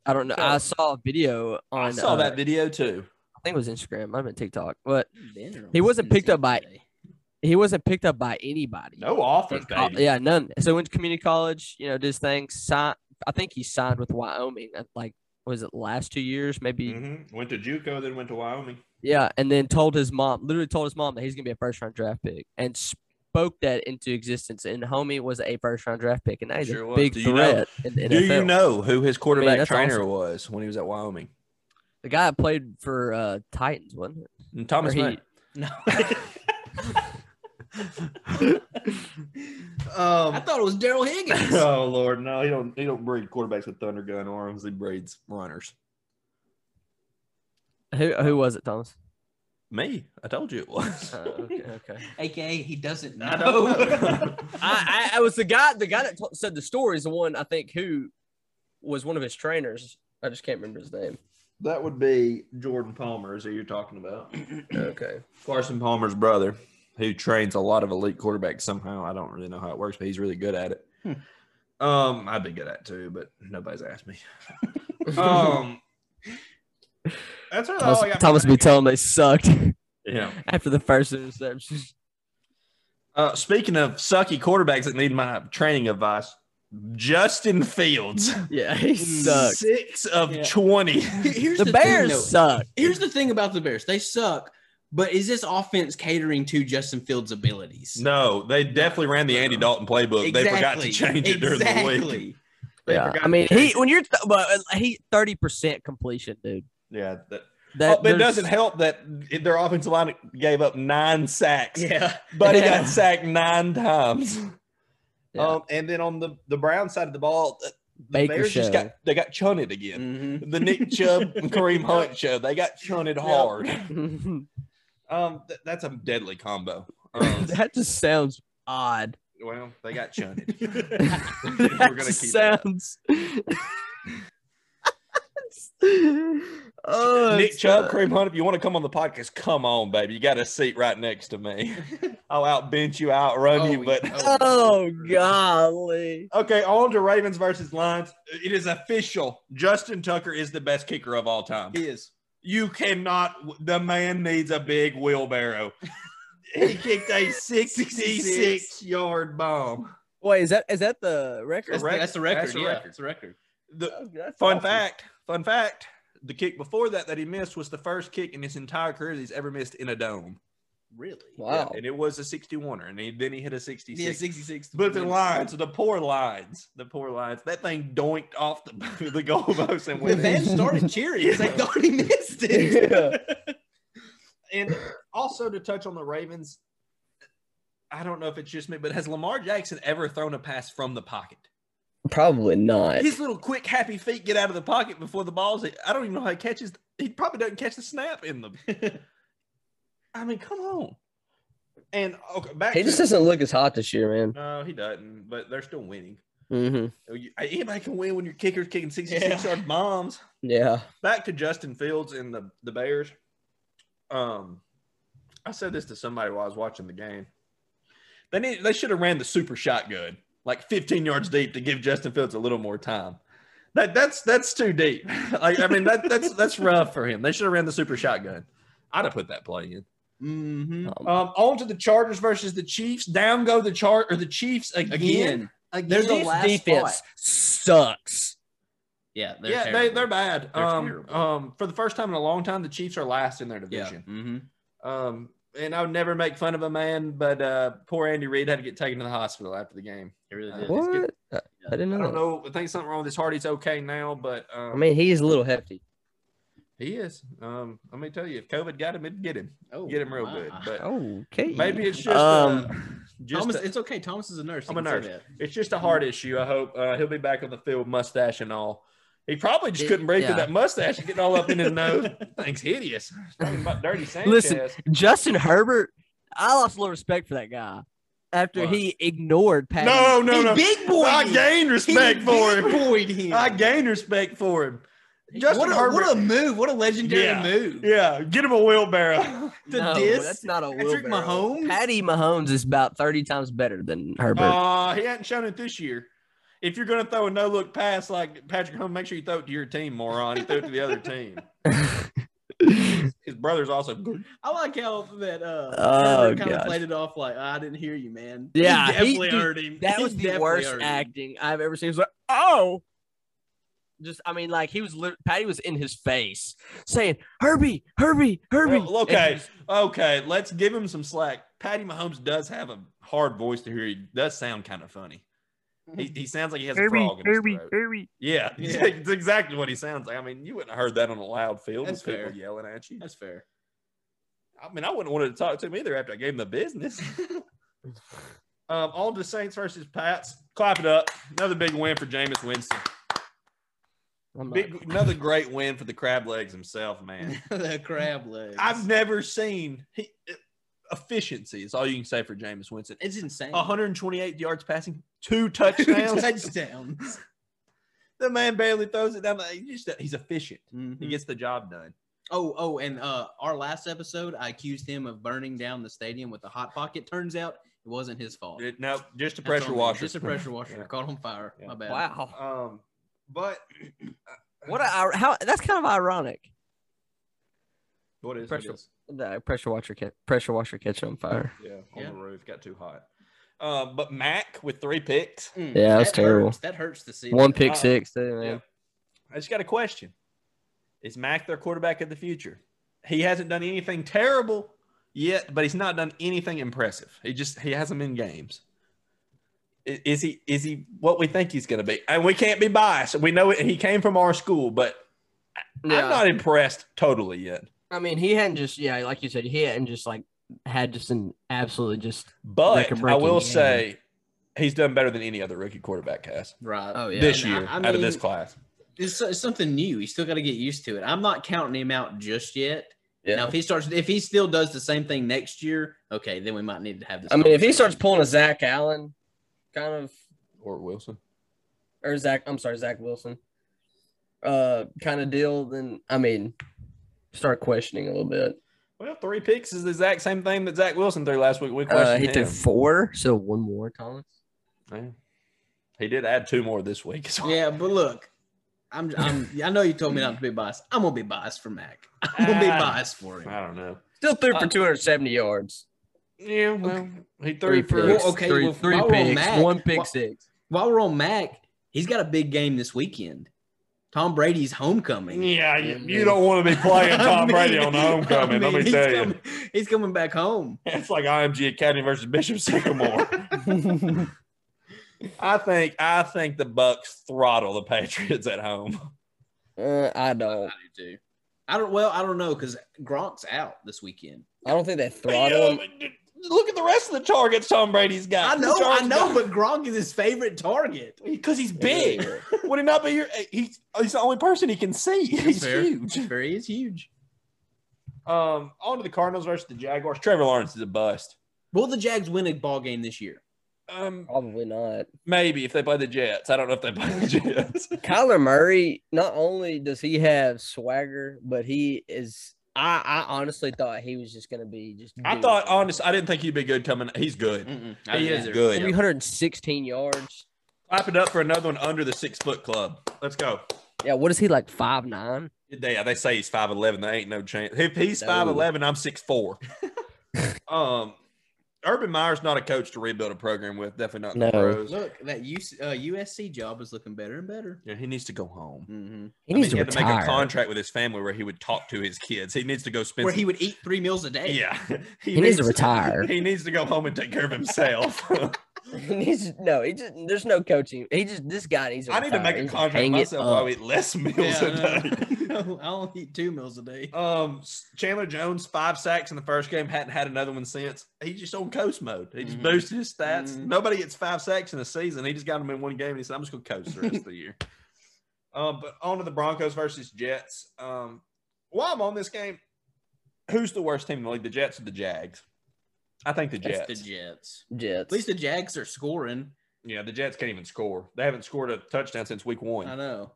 Speaker 4: I don't know.
Speaker 2: So-
Speaker 4: I saw a video on.
Speaker 2: I saw
Speaker 4: uh,
Speaker 2: that video too.
Speaker 4: I think it was Instagram. I meant TikTok, but
Speaker 3: Been on
Speaker 4: He wasn't picked up by-
Speaker 3: Sunday.
Speaker 4: he wasn't picked up by anybody.
Speaker 2: No offense,
Speaker 4: In col-
Speaker 2: baby.
Speaker 4: Uh, yeah, none. So went to community college. You know, did his thing. Signed, I think he signed with Wyoming. At like, was it last two years? Maybe.
Speaker 2: Mhm. Went to JUCO, then went to Wyoming.
Speaker 4: Yeah, and then told his mom, literally told his mom that he's gonna be a first round draft pick, and spoke that into existence. And homie was a first round draft pick, and now he's
Speaker 2: Sure
Speaker 4: a
Speaker 2: was.
Speaker 4: big
Speaker 2: Do you know-
Speaker 4: threat in the
Speaker 2: Do you
Speaker 4: NFL.
Speaker 2: know who his quarterback
Speaker 4: that's
Speaker 2: trainer was when he was at Wyoming?
Speaker 4: the guy that played for uh, Titans, wasn't it?
Speaker 2: And Thomas
Speaker 4: Or he- [laughs]
Speaker 2: Knight.
Speaker 3: [laughs] No. I
Speaker 2: [laughs] [laughs] Um,
Speaker 3: thought it was Daryl [laughs] Higgins.
Speaker 2: oh Lord, no, he don't. He don't breed quarterbacks with thunder gun arms. He breeds runners.
Speaker 4: Who who was it, Thomas?
Speaker 2: Me, I told you it was.
Speaker 4: Uh, okay,
Speaker 2: [laughs]
Speaker 4: okay.
Speaker 3: AKA, he doesn't know.
Speaker 2: I don't [laughs]
Speaker 3: [laughs]
Speaker 2: know.
Speaker 4: I, I I was the guy the guy that t- said the story is the one I think who was one of his trainers. I just can't remember his name.
Speaker 2: that would be Jordan Palmer, is who you're talking about.
Speaker 4: Okay.
Speaker 2: Carson Palmer's brother, who trains a lot of elite quarterbacks somehow. I don't really know how it works, but he's really good at it. Um, I'd be good at it too, but nobody's asked me. Um, that's really
Speaker 4: Oh, Thomas,
Speaker 2: all I got.
Speaker 4: Thomas be telling them they sucked [laughs]
Speaker 2: Yeah.
Speaker 4: after the first interception. [laughs]
Speaker 2: Uh, speaking of sucky quarterbacks that need my training advice, Justin Fields,
Speaker 4: Yeah, he
Speaker 2: Mm.
Speaker 4: sucked.
Speaker 2: six of
Speaker 3: Yeah.
Speaker 2: twenty.
Speaker 3: Here's
Speaker 4: The, Bears
Speaker 3: Thing, though.
Speaker 4: suck.
Speaker 3: Here's the thing about the Bears. They suck, but is this offense catering to Justin Fields' abilities?
Speaker 2: No, they definitely ran the Andy Dalton playbook. They forgot to change it during the week.
Speaker 3: [laughs] Exactly.
Speaker 2: They
Speaker 4: yeah,
Speaker 2: forgot
Speaker 4: I mean,
Speaker 2: to
Speaker 4: he
Speaker 2: change it.
Speaker 4: when you're th- but uh, he thirty percent completion, dude.
Speaker 2: yeah. that-
Speaker 4: That
Speaker 2: Oh, but it
Speaker 4: there's-
Speaker 2: doesn't
Speaker 4: [laughs]
Speaker 2: help that their offensive line gave up nine sacks,
Speaker 3: Yeah.
Speaker 2: but he
Speaker 4: [laughs] Yeah.
Speaker 2: got sacked nine times.
Speaker 4: [laughs] Yeah.
Speaker 2: Um, and then on the the Brown side of the ball, uh, the
Speaker 4: Baker
Speaker 2: Bears just
Speaker 4: show.
Speaker 2: got Mm. they got chunned again.
Speaker 3: Mhm.
Speaker 2: The Nick Chubb [laughs] and Kareem Hunt show they got chunned hard. Um, th- that's a deadly combo. [laughs] Um,
Speaker 4: that just sounds odd.
Speaker 2: well, they got chunned. [laughs]
Speaker 4: [laughs]
Speaker 2: We're
Speaker 4: that
Speaker 2: gonna
Speaker 4: just
Speaker 2: keep it [laughs]
Speaker 4: sounds. [laughs] oh,
Speaker 2: Nick
Speaker 4: it's,
Speaker 2: Chubb,
Speaker 4: uh,
Speaker 2: Kareem Hunt, if you want to come on the podcast, come on, baby. You got a seat right next to
Speaker 4: [laughs]
Speaker 2: me. I'll outbench you, outrun
Speaker 3: Oh,
Speaker 2: you, but [laughs]
Speaker 4: Oh golly!
Speaker 2: Okay, on to Ravens versus Lions. It is official. Justin Tucker is the best kicker of all time.
Speaker 3: He is.
Speaker 2: You cannot. The man needs a big wheelbarrow. [laughs] he kicked a 66-yard bomb.
Speaker 4: Wait, is that is that the record?
Speaker 3: That's,
Speaker 2: Correct.
Speaker 3: that's the record.
Speaker 2: That's the
Speaker 3: yeah,
Speaker 2: record.
Speaker 3: That's the record.
Speaker 2: The
Speaker 4: That's
Speaker 2: fun
Speaker 4: awesome.
Speaker 2: fact. Fun fact. The kick before that that he missed was the first kick in his entire career that he's ever missed in a dome.
Speaker 3: Really?
Speaker 4: Wow.
Speaker 2: And it was a 61er, and he, then he hit a 66.
Speaker 3: Yeah, 66.
Speaker 2: But the Lions, the poor Lions, the poor Lions. That thing doinked off the, [laughs] the goalpost and
Speaker 3: The
Speaker 2: went in.
Speaker 3: fans started cheering. because They thought he missed
Speaker 2: [laughs]
Speaker 3: it.
Speaker 4: Yeah.
Speaker 2: And also to touch on the Ravens, I don't know if it's just me, but has Lamar Jackson ever thrown a pass from the pocket?
Speaker 4: Probably not.
Speaker 2: His little quick happy feet get out of the pocket before the balls. I don't even know how he catches. He probably doesn't catch the snap in [laughs] them. I mean, come on. And okay, back.
Speaker 4: He
Speaker 2: to-
Speaker 4: just doesn't look as hot this year, man.
Speaker 2: no, he doesn't. But they're still winning.
Speaker 4: Mm-hmm.
Speaker 2: You- Anybody can win when your kicker's kicking sixty-six
Speaker 3: Yeah.
Speaker 2: yard bombs.
Speaker 4: Yeah.
Speaker 2: back to Justin Fields and the the Bears. Um, I said this to somebody while I was watching the game. They need they should have ran the super shotgun like 15 yards deep to give Justin Fields a little more time. That that's that's too deep. [laughs] like I mean that that's that's rough for him. They should have ran the super shotgun. I'd have put that play in.
Speaker 3: Mhm.
Speaker 4: Um,
Speaker 2: Um, on to the Chargers versus the Chiefs. Down go the chart or the Chiefs again.
Speaker 3: Again. They're the
Speaker 4: Chiefs
Speaker 3: last
Speaker 4: defense
Speaker 3: spot.
Speaker 4: sucks.
Speaker 3: Yeah. They're
Speaker 2: yeah, they,
Speaker 3: terrible.
Speaker 2: they're bad.
Speaker 3: They're
Speaker 2: um,
Speaker 3: terrible.
Speaker 2: um, for the first time in a long time, the Chiefs are last in their
Speaker 3: Yeah.
Speaker 2: division.
Speaker 3: Mhm.
Speaker 2: Um, and I would never make fun of a man, but uh, poor Andy Reid had to get taken to the hospital after the game.
Speaker 3: They really
Speaker 2: Uh,
Speaker 3: did.
Speaker 2: What? good.
Speaker 4: I I didn't
Speaker 2: I
Speaker 4: know.
Speaker 2: don't
Speaker 4: that.
Speaker 2: know. I think something wrong with his heart. He's okay now, but um,
Speaker 4: I mean, he is a little hefty.
Speaker 2: he is. Um, let me tell you, if COVID got him, it'd get him.
Speaker 3: Oh,
Speaker 2: Get him real
Speaker 3: my.
Speaker 2: good. But
Speaker 4: Okay.
Speaker 2: maybe it's just,
Speaker 4: Um,
Speaker 2: uh, just
Speaker 3: Thomas,
Speaker 2: a-
Speaker 3: it's okay. Thomas is a nurse. He
Speaker 2: I'm a
Speaker 3: can say that.
Speaker 2: it's just a heart issue. I hope uh, he'll be back on the field, mustache and all. He probably just
Speaker 4: Yeah.
Speaker 2: couldn't breathe through that mustache and getting all up in his nose. Thing's hideous. Talking about dirty Sanchez.
Speaker 4: Listen, Justin Herbert. I lost a little respect for that guy after
Speaker 2: What?
Speaker 4: he ignored Pat.
Speaker 2: no, no,
Speaker 3: He
Speaker 2: no.
Speaker 3: big boy.
Speaker 2: I gained respect for him.
Speaker 3: Boyd him.
Speaker 2: I gained respect for him. Justin
Speaker 3: what, a,
Speaker 2: Herbert.
Speaker 3: what a move! What a legendary
Speaker 2: Yeah.
Speaker 3: move!
Speaker 2: yeah, get him a wheelbarrow.
Speaker 3: The
Speaker 4: no,
Speaker 3: diss
Speaker 4: that's not a
Speaker 3: Patrick
Speaker 4: wheelbarrow.
Speaker 3: Mahomes?
Speaker 4: Patty Mahomes is about thirty times better than Herbert.
Speaker 2: Uh, he hadn't shown it this year. If you're going to throw a no look pass like Patrick Mahomes, make sure you throw it to your team, moron. He threw it to the other team. His brother's also good.
Speaker 3: I like how that uh,
Speaker 4: Oh,
Speaker 3: kind of
Speaker 4: gosh.
Speaker 3: played it off like "Oh, I didn't hear you, man.
Speaker 4: Yeah,
Speaker 3: he
Speaker 4: he-
Speaker 3: definitely
Speaker 4: dude,
Speaker 3: heard him.
Speaker 4: That
Speaker 3: He
Speaker 4: was the
Speaker 3: definitely
Speaker 4: worst
Speaker 3: heard him.
Speaker 4: acting I've ever seen. It was like, oh, just I mean, like he was lit- Patty was in his face saying, "Herbie, Herbie, Herbie."
Speaker 2: Well,
Speaker 4: And he
Speaker 2: okay,
Speaker 4: was-
Speaker 2: okay. Let's give him some slack. Patty Mahomes does have a hard voice to hear. He does sound kind of funny. He, he sounds like he has a frog in his throat. Yeah, [laughs]
Speaker 3: Yeah.
Speaker 2: it's exactly what he sounds like. I mean, you wouldn't have heard that on a loud field
Speaker 3: That's
Speaker 2: with people
Speaker 3: fair.
Speaker 2: yelling at you.
Speaker 3: That's fair.
Speaker 2: I mean, I wouldn't want to talk to him either after I gave him the [laughs] business. um, all the Saints versus Pats. Clap it up. Another big win for Jameis Winston.
Speaker 4: I'm like,
Speaker 2: Big, another great win for the crab legs himself, man.
Speaker 3: [laughs] the crab legs.
Speaker 2: [laughs] I've never seen he, efficiency is all you can say for Jameis Winston.
Speaker 3: it's insane. [laughs]
Speaker 2: 128 yards passing, two [laughs]
Speaker 3: Two
Speaker 2: touchdowns.
Speaker 3: touchdowns.
Speaker 2: the man barely throws it down. the- He's, just, he's efficient. He
Speaker 3: Mhm.
Speaker 2: gets the job done.
Speaker 3: Oh, oh, and uh, our last episode, I accused him of burning down the stadium with a hot pocket. Turns out it wasn't his fault.
Speaker 2: It- no, just a
Speaker 3: That's
Speaker 2: pressure
Speaker 3: on me.
Speaker 2: washer.
Speaker 3: Just a
Speaker 2: [laughs]
Speaker 3: pressure washer.
Speaker 2: Yeah.
Speaker 3: Caught on fire.
Speaker 2: Yeah.
Speaker 3: My bad.
Speaker 4: wow,
Speaker 2: Um, but
Speaker 4: what a, how that's kind of ironic.
Speaker 2: what is
Speaker 4: Pressure.
Speaker 2: it? Is,
Speaker 4: The pressure washer ca- pressure washer catch on fire.
Speaker 2: yeah, on
Speaker 3: Yeah.
Speaker 2: the roof got too hot. Uh, but Mac with three picks.
Speaker 3: Mm,
Speaker 4: Yeah, that's
Speaker 3: that
Speaker 4: terrible.
Speaker 3: Hurts. That hurts to see.
Speaker 4: One pick
Speaker 2: Uh,
Speaker 4: six, too, man.
Speaker 2: I just got a question. Is Mac their quarterback of the future? He hasn't done anything terrible yet, but he's not done anything impressive. He just he hasn't been games. I- Is he is he what we think he's going to be? And we can't be biased. We know it, he came from our school, but I'm
Speaker 4: Yeah.
Speaker 2: not impressed totally yet.
Speaker 4: I mean, he hadn't just yeah, like you said, he hadn't just like had just an absolutely just
Speaker 2: But I
Speaker 4: Record-breaking
Speaker 2: will
Speaker 4: game.
Speaker 2: say he's done better than any other rookie quarterback has
Speaker 3: Right.
Speaker 4: Oh, yeah.
Speaker 2: this
Speaker 3: And I-
Speaker 2: year
Speaker 3: I
Speaker 2: out of
Speaker 3: mean,
Speaker 2: this class.
Speaker 3: it's, it's something new. He's still got to get used to it. I'm not counting him out just yet.
Speaker 4: Yeah.
Speaker 3: Now, if he starts, if he still does the same thing next year, okay, then we might need to have this.
Speaker 4: I mean, if he
Speaker 3: conversation.
Speaker 4: starts pulling a Zach Allen, kind of,
Speaker 2: Or Wilson.
Speaker 4: or Zach, I'm sorry, Zach Wilson, uh, kind of deal, then I mean, start questioning a little bit.
Speaker 2: Well, three picks is the exact same thing that Zach Wilson threw last week. We
Speaker 4: Uh,
Speaker 2: questioned
Speaker 4: he
Speaker 2: him.
Speaker 4: threw four, so one more, Thomas.
Speaker 2: Yeah. He did add two more this week. [laughs] So
Speaker 3: yeah, but look, I'm, I'm, I know you told me not to be biased. I'm gonna be biased for Mac. [laughs] I'm gonna be
Speaker 2: Ah.
Speaker 3: biased for him.
Speaker 2: I don't know.
Speaker 4: Still threw for
Speaker 2: Uh,
Speaker 4: 270 yards.
Speaker 2: Yeah, well, he threw for
Speaker 3: picks. Well, okay,
Speaker 4: three,
Speaker 3: well,
Speaker 4: three
Speaker 3: while we're on
Speaker 4: picks,
Speaker 3: Mac,
Speaker 4: one pick
Speaker 3: wh-
Speaker 4: six.
Speaker 3: While we're on Mac, he's got a big game this weekend. Tom Brady's homecoming.
Speaker 2: Yeah, you, you don't want to be playing
Speaker 3: [laughs] I
Speaker 2: Tom
Speaker 3: mean-
Speaker 2: Brady on the homecoming.
Speaker 3: I
Speaker 2: let
Speaker 3: mean,
Speaker 2: me
Speaker 3: he's
Speaker 2: tell you,
Speaker 3: coming- he's coming back home.
Speaker 2: it's like IMG Academy versus Bishop Sycamore.
Speaker 4: [laughs] Uh,
Speaker 2: I think I think the Bucks throttle the Patriots at home. [laughs]
Speaker 4: Uh, I
Speaker 3: I
Speaker 4: don't.
Speaker 3: do too. I don't. Well, I don't know because Gronk's out this weekend.
Speaker 4: I don't think they
Speaker 2: But,
Speaker 4: throttle him.
Speaker 2: you know, Look at the rest of the targets Tom Brady's
Speaker 3: I
Speaker 2: got.
Speaker 3: know, I know, but Gronk is his favorite target.
Speaker 2: because he's big. [laughs] Would he not be your? eh, He's he's the only person he can see. He's
Speaker 3: fair.
Speaker 2: huge.
Speaker 3: Very is huge.
Speaker 2: Um, on to the Cardinals versus the Jaguars. Trevor Lawrence is a bust.
Speaker 3: Will the Jags win a ball game this year?
Speaker 2: Um,
Speaker 4: Probably not.
Speaker 2: maybe if they play the Jets. I don't know if they play
Speaker 4: [laughs]
Speaker 2: the Jets.
Speaker 4: Kyler Murray, not only does he have swagger, but he is. I, I honestly thought he was just going to be just.
Speaker 2: I thought, honest, I didn't think he'd be good coming. He's good.
Speaker 3: I
Speaker 2: He
Speaker 3: don't
Speaker 2: is
Speaker 3: either.
Speaker 2: good.
Speaker 4: three hundred and sixteen yards.
Speaker 2: Clap it up for another one under the six foot club. Let's go.
Speaker 4: Yeah, what is he like five nine?
Speaker 2: They, they say he's five eleven. There ain't no chance. If he's
Speaker 4: No.
Speaker 2: five eleven, I'm six four. um, Urban Meyer's not a coach to rebuild a program with. Definitely not in the
Speaker 4: No.
Speaker 2: pros.
Speaker 3: Look, that UC, uh, USC job is looking better and better.
Speaker 2: Yeah, he needs to go home.
Speaker 3: Mhm.
Speaker 4: He
Speaker 2: I mean,
Speaker 4: needs
Speaker 2: he
Speaker 4: to
Speaker 2: had to
Speaker 4: retire.
Speaker 2: make a contract with his family where he would talk to his kids. He needs to go spend.
Speaker 3: Where
Speaker 2: some-
Speaker 3: he would eat three meals a day.
Speaker 2: yeah,
Speaker 4: he, needs to retire.
Speaker 2: [laughs] He needs to go home and take care of himself.
Speaker 4: [laughs]
Speaker 2: [laughs]
Speaker 4: he needs no. He just there's no coaching. He just this guy needs. To
Speaker 2: I need to make a
Speaker 4: retire. He needs to
Speaker 2: contract
Speaker 4: hang it
Speaker 2: myself. while I
Speaker 4: up.
Speaker 2: eat less [laughs] meals
Speaker 3: Yeah,
Speaker 2: a day. [laughs]
Speaker 3: no, no, [laughs] I only eat two meals a day.
Speaker 2: Um, Chandler Jones five sacks in the first game. Hadn't had another one since. He's just on coast mode. He just
Speaker 3: Mhm.
Speaker 2: boosted his stats.
Speaker 3: Mhm.
Speaker 2: Nobody gets five sacks in a season. He just got them in one game. And he said, "I'm just gonna coast the rest of the year." [laughs] Um, but on to the Broncos versus Jets. Um, while I'm on this game, who's the worst team in the league? The Jets or the Jags? I think the Jets.
Speaker 3: That's the Jets.
Speaker 4: Jets.
Speaker 3: At least the Jags are scoring.
Speaker 2: yeah, the Jets can't even score. They haven't scored a touchdown since week one.
Speaker 3: I know.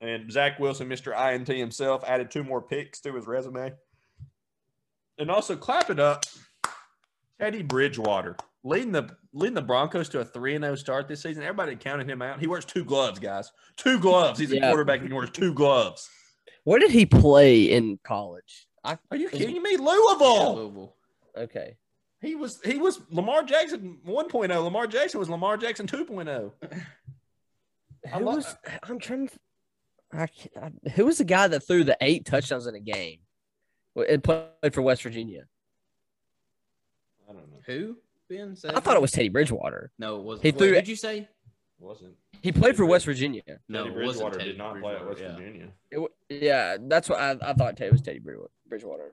Speaker 2: And Zach Wilson, Mr. INT himself, added two more picks to his resume. And also clap it up, Teddy Bridgewater leading the leading the Broncos to a three and zero start this season. Everybody counted him out. He wears two gloves, guys. Two gloves. He's
Speaker 4: Yeah.
Speaker 2: a quarterback and he wears two gloves.
Speaker 4: Where did he play in college?
Speaker 2: Are you kidding me?
Speaker 3: Yeah,
Speaker 2: Louisville.
Speaker 3: Louisville.
Speaker 4: Okay.
Speaker 2: He was he was Lamar Jackson 1.0. Lamar Jackson was Lamar Jackson oh. 2.0. I
Speaker 4: Who
Speaker 2: lo-
Speaker 4: was, I'm trying to. I, can't- I, who was the guy that threw the eight touchdowns in a game and played for West Virginia?
Speaker 2: I don't know. It
Speaker 3: Who? Ben? Say
Speaker 4: I thought it was Teddy Bridgewater.
Speaker 3: No, it wasn't.
Speaker 4: He
Speaker 3: Wait,
Speaker 4: threw-
Speaker 3: Did you say?
Speaker 2: wasn't.
Speaker 4: He played for West Virginia.
Speaker 3: No,
Speaker 2: Teddy
Speaker 3: it wasn't
Speaker 2: Bridgewater
Speaker 3: Teddy
Speaker 2: did not play at
Speaker 3: Bridgewater,
Speaker 2: West
Speaker 3: yeah.
Speaker 2: Virginia.
Speaker 4: It wa- yeah, that's what I, I thought. It was Teddy Bridgewa- Bridgewater.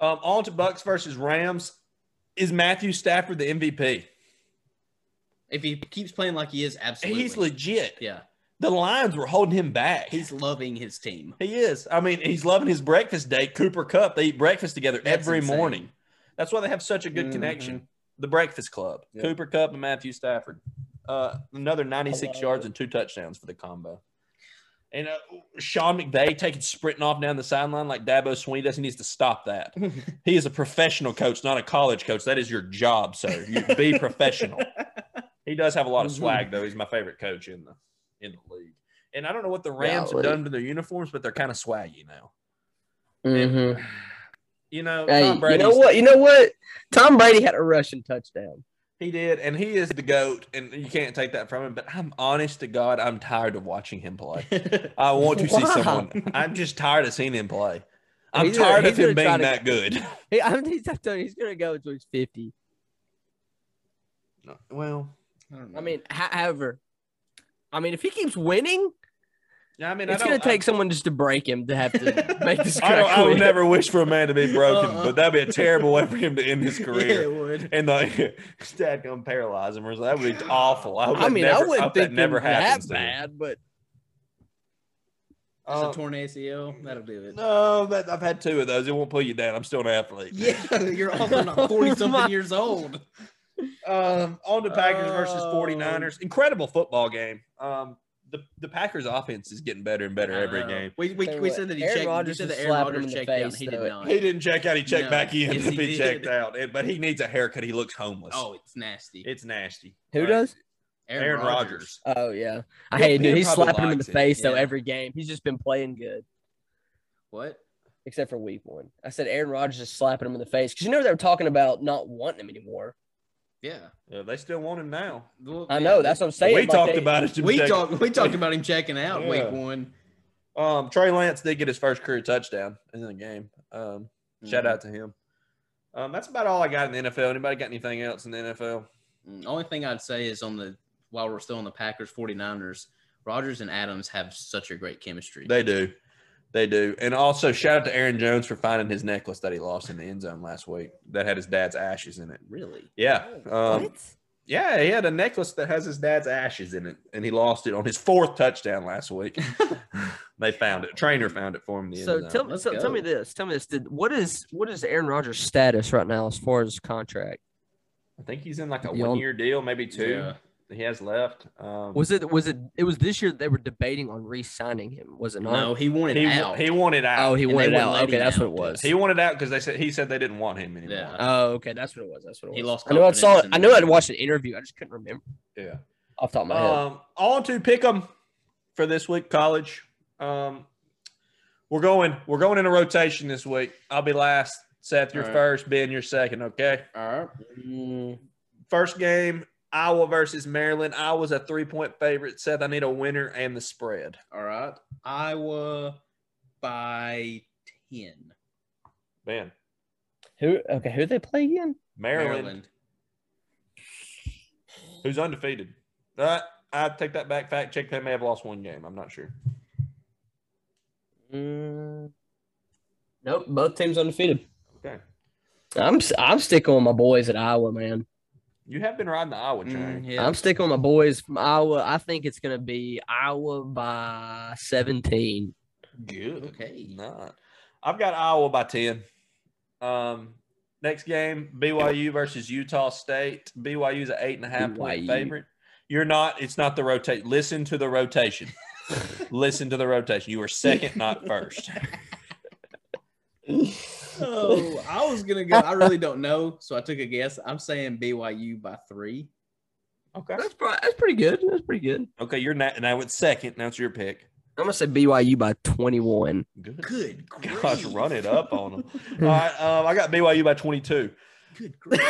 Speaker 2: Um, on to Bucks versus Rams. Is Matthew Stafford the MVP?
Speaker 3: If he keeps playing like he is, absolutely.
Speaker 2: He's legit.
Speaker 3: Yeah,
Speaker 2: The Lions were holding him back.
Speaker 3: he's loving his [laughs] team.
Speaker 2: He is. I mean, he's loving his breakfast date. Cooper Cup. They eat breakfast together
Speaker 3: That's
Speaker 2: every
Speaker 3: insane. Mm-hmm.
Speaker 2: morning. That's why they have such a good connection. The Breakfast Club.
Speaker 3: Yeah.
Speaker 2: Cooper Cup and Matthew Stafford. Uh, another 96
Speaker 4: Hello.
Speaker 2: yards and two touchdowns for the combo. And uh, Sean McVay taking sprinting off down the sideline like Dabo Sweeney does. He needs to stop
Speaker 3: [laughs]
Speaker 2: that. He is a professional coach, not a college coach. That is your job, sir. You be
Speaker 3: [laughs]
Speaker 2: professional. He does have a lot of
Speaker 3: Mhm.
Speaker 2: swag, though. He's my favorite coach in the in the league. And I don't know what the Rams
Speaker 4: Golly.
Speaker 2: have done to their uniforms, but they're kind of swaggy now. [sighs] You know,
Speaker 4: Mm-hmm. Hey,
Speaker 2: Tom
Speaker 4: you
Speaker 2: Brady.
Speaker 4: know what? You know what? Tom Brady had a rushing touchdown.
Speaker 2: He did, and he is the goat, and you can't take that from him. But I'm honest to God, I'm tired of watching him play. I want to see
Speaker 4: [laughs] Wow.
Speaker 2: someone. I'm just tired of seeing him play. I'm
Speaker 4: He's gonna-
Speaker 2: tired
Speaker 4: he's
Speaker 2: of him
Speaker 4: gonna try
Speaker 2: being
Speaker 4: to-
Speaker 2: that
Speaker 4: [laughs]
Speaker 2: good.
Speaker 4: Hey, I'm, he's, I'm telling you, he's gonna go until he's fifty.
Speaker 2: Well,
Speaker 3: don't
Speaker 4: I mean, ho- however, I mean, if he keeps winning,
Speaker 2: I mean,
Speaker 4: it's
Speaker 2: I
Speaker 4: gonna
Speaker 2: don't,
Speaker 4: take someone just to break him to [laughs] have to make this.
Speaker 2: I, I, don't,
Speaker 4: guy
Speaker 2: I would
Speaker 4: quit.
Speaker 2: never wish for a man to be broken,
Speaker 3: Uh-uh.
Speaker 2: but that'd be a terrible way for him to end his
Speaker 4: [laughs]
Speaker 3: Yeah,
Speaker 2: career.
Speaker 3: it would.
Speaker 2: And the [laughs] stat gonna paralyze him or something. That would be awful. I, hope
Speaker 4: I
Speaker 2: that
Speaker 4: mean,
Speaker 2: never,
Speaker 4: I wouldn't
Speaker 2: hope
Speaker 4: think
Speaker 2: that never
Speaker 4: that
Speaker 2: happens. to him.
Speaker 4: bad, but
Speaker 3: It's
Speaker 2: Um,
Speaker 3: a torn ACL. That'll do it.
Speaker 2: No, that, I've had two of those. It won't pull you down. I'm still an athlete.
Speaker 3: [laughs] Yeah, you're also not 40
Speaker 4: My-
Speaker 3: something years old.
Speaker 2: [laughs] Um, on to Packers versus
Speaker 4: Oh.
Speaker 2: 49ers. Incredible football game. Um, the, the Packers offense is getting better and better every
Speaker 3: I know.
Speaker 2: game.
Speaker 3: We, we,
Speaker 4: Tell you
Speaker 3: we
Speaker 4: Uh, what,
Speaker 3: said that he
Speaker 4: Aaron
Speaker 3: checked. we
Speaker 4: Rodgers
Speaker 3: said
Speaker 4: was
Speaker 3: that Aaron
Speaker 4: slapping him
Speaker 3: Rodgers
Speaker 4: in the
Speaker 3: checked out.
Speaker 4: face,
Speaker 3: He did
Speaker 4: though.
Speaker 3: not.
Speaker 2: He didn't check out. He checked
Speaker 3: No.
Speaker 2: back in.
Speaker 3: Yes,
Speaker 2: if [laughs]
Speaker 3: he
Speaker 2: he,
Speaker 3: did.
Speaker 2: checked out, and, but he needs a haircut. He looks homeless.
Speaker 3: Oh, it's nasty.
Speaker 2: it's nasty.
Speaker 4: who
Speaker 2: Like,
Speaker 4: does?
Speaker 2: Aaron, Rodgers.
Speaker 4: Oh yeah, I
Speaker 2: Yeah,
Speaker 4: hate it, dude.
Speaker 2: Ben
Speaker 4: He's
Speaker 2: probably
Speaker 4: slapping him in the
Speaker 2: likes it.
Speaker 4: face though
Speaker 3: Yeah.
Speaker 4: every game. He's just been playing good,
Speaker 3: What?
Speaker 4: except for week one. I said Aaron Rodgers is slapping him in the face because you know they were talking about not wanting him anymore.
Speaker 3: Yeah.
Speaker 2: Yeah, they still want him now.
Speaker 3: Well,
Speaker 4: I
Speaker 3: yeah,
Speaker 4: know that's what I'm saying.
Speaker 2: we
Speaker 4: like,
Speaker 2: talked
Speaker 4: they-
Speaker 2: about it.
Speaker 3: We
Speaker 2: today.
Speaker 3: talked. We talked about him checking out
Speaker 2: Yeah.
Speaker 3: week one.
Speaker 2: Um, Trey Lance did get his first career touchdown in the game. Um, Shout out to him. Um, that's about all I got in the NFL. Anybody got anything else in the NFL?
Speaker 3: Mm, Only thing I'd say is on the while we're still on the Packers 49ers, Rodgers and Adams have such a great chemistry.
Speaker 2: They do. They do. And also, shout out to Aaron Jones for finding his necklace that he lost in the end zone last week that had his dad's ashes in it.
Speaker 3: really?
Speaker 2: Yeah. Um,
Speaker 4: Oh, What?
Speaker 2: yeah, he had a necklace that has his dad's ashes in it, and he lost it on his fourth touchdown last
Speaker 4: [laughs]
Speaker 2: week. they found it. Trainer found it for him. in The
Speaker 4: So
Speaker 2: end
Speaker 4: tell
Speaker 2: zone.
Speaker 4: me,
Speaker 3: Let's
Speaker 4: so, tell
Speaker 3: go.
Speaker 4: me this. Tell me this. Did what is what is Aaron Rodgers' status right now as far as contract?
Speaker 2: I think he's in like a
Speaker 4: Y'all-
Speaker 2: one year deal, maybe two
Speaker 3: Yeah.
Speaker 2: that he has left. Um,
Speaker 4: Was it was it it was this year they were debating on re-signing him? Was it not?
Speaker 3: No, he wanted
Speaker 2: he,
Speaker 3: out.
Speaker 2: he wanted
Speaker 4: Oh,
Speaker 2: out.
Speaker 4: he
Speaker 3: And they
Speaker 4: wanted
Speaker 3: wouldn't
Speaker 4: out.
Speaker 3: let
Speaker 4: Okay,
Speaker 3: him
Speaker 4: that's what it
Speaker 3: out.
Speaker 4: was.
Speaker 2: he wanted out because they said he said they didn't want him anymore.
Speaker 3: Yeah.
Speaker 4: Oh, okay, that's what it was. That's what it was.
Speaker 3: He lost
Speaker 4: I know I saw it.
Speaker 3: confidence
Speaker 4: I
Speaker 3: in
Speaker 4: know I'd
Speaker 3: him.
Speaker 4: watched an interview. I just couldn't remember
Speaker 2: Yeah.
Speaker 4: off the top of my head.
Speaker 2: Um, on to pick 'em for this week, college. Um, we're going. We're going in a rotation this week. I'll be last. Seth, you're
Speaker 3: All right.
Speaker 2: first. Ben, you're second. Okay.
Speaker 3: All right.
Speaker 4: Um,
Speaker 2: First game: Iowa versus Maryland. Iowa's a three-point favorite. Seth, I need a winner and the spread.
Speaker 3: All right. Iowa by 10.
Speaker 2: Ben,
Speaker 4: Who? Okay, who they play again?
Speaker 2: Maryland, who's undefeated. Uh, I take that back. Fact check. They may have lost one game. I'm not sure.
Speaker 4: Mm, nope, both teams undefeated.
Speaker 2: Okay.
Speaker 4: I'm s- I'm sticking with my boys at Iowa, man.
Speaker 2: You have been riding the Iowa train.
Speaker 3: Mm, yeah.
Speaker 4: I'm sticking with my boys from Iowa. I think it's gonna be Iowa by 17.
Speaker 2: Mm-hmm. Good.
Speaker 3: Okay.
Speaker 2: Not. I've got Iowa by 10. Um, next game, BYU versus Utah State. BYU's an eight and a half point
Speaker 4: BYU.
Speaker 2: favorite. You're not, it's not the rotate. Listen to the rotation. Listen to the rotation. You were second, not first.
Speaker 3: Oh, I was gonna go. I really don't know, so I took a guess. I'm saying BYU by three.
Speaker 2: Okay.
Speaker 4: That's probably, that's pretty good. That's pretty good.
Speaker 2: Okay, you're not, now it's second. Now it's your pick.
Speaker 4: I'm gonna say BYU by 21.
Speaker 2: Good.
Speaker 3: Good grief!
Speaker 2: Gosh, run it up on them. All right, um, I got BYU by 22.
Speaker 3: Good grief!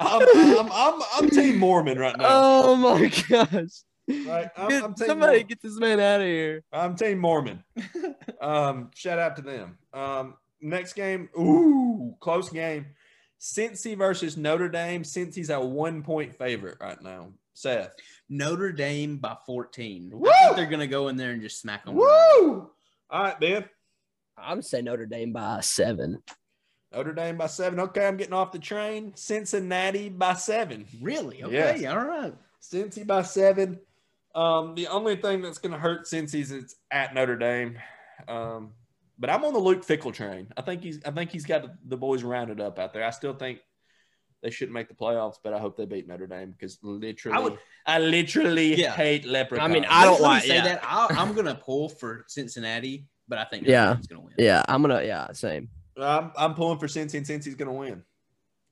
Speaker 2: I'm, I'm, I'm, I'm Team Mormon right now.
Speaker 4: Oh my [laughs] gosh!
Speaker 2: Right, I'm,
Speaker 4: Get-
Speaker 2: I'm Team
Speaker 4: somebody
Speaker 2: Mormon.
Speaker 4: get this man out of here.
Speaker 2: I'm Team Mormon. um, shout out to them. Um, next game, ooh, close game. Cincy versus Notre Dame. Cincy's a one point favorite right now. Seth.
Speaker 3: Notre Dame by 14.
Speaker 2: Woo!
Speaker 3: I think they're gonna go in there and just smack them.
Speaker 2: Woo! All right, Ben.
Speaker 4: I'm saying Notre Dame by seven.
Speaker 2: Notre Dame by seven. Okay, I'm getting off the train. Cincinnati by seven.
Speaker 3: Really? Okay. All right.
Speaker 2: Cincy by seven. Um, the only thing that's going to hurt Cincy is it's at Notre Dame. Um, but I'm on the Luke Fickle train. I think he's I think he's got the boys rounded up out there. I still think they shouldn't make the playoffs, but I hope they beat Notre Dame because literally, I,
Speaker 3: I would-
Speaker 2: literally
Speaker 3: Yeah.
Speaker 2: hate leprechauns.
Speaker 4: I mean, I don't
Speaker 3: Let me
Speaker 4: like-
Speaker 3: say
Speaker 4: yeah.
Speaker 3: that. I, I'm gonna pull for Cincinnati, but I think Notre
Speaker 4: Yeah.
Speaker 3: Dame's gonna win.
Speaker 4: Yeah, I'm gonna. Yeah, same.
Speaker 2: I'm, I'm pulling for Cincy, and Cincy's going to win.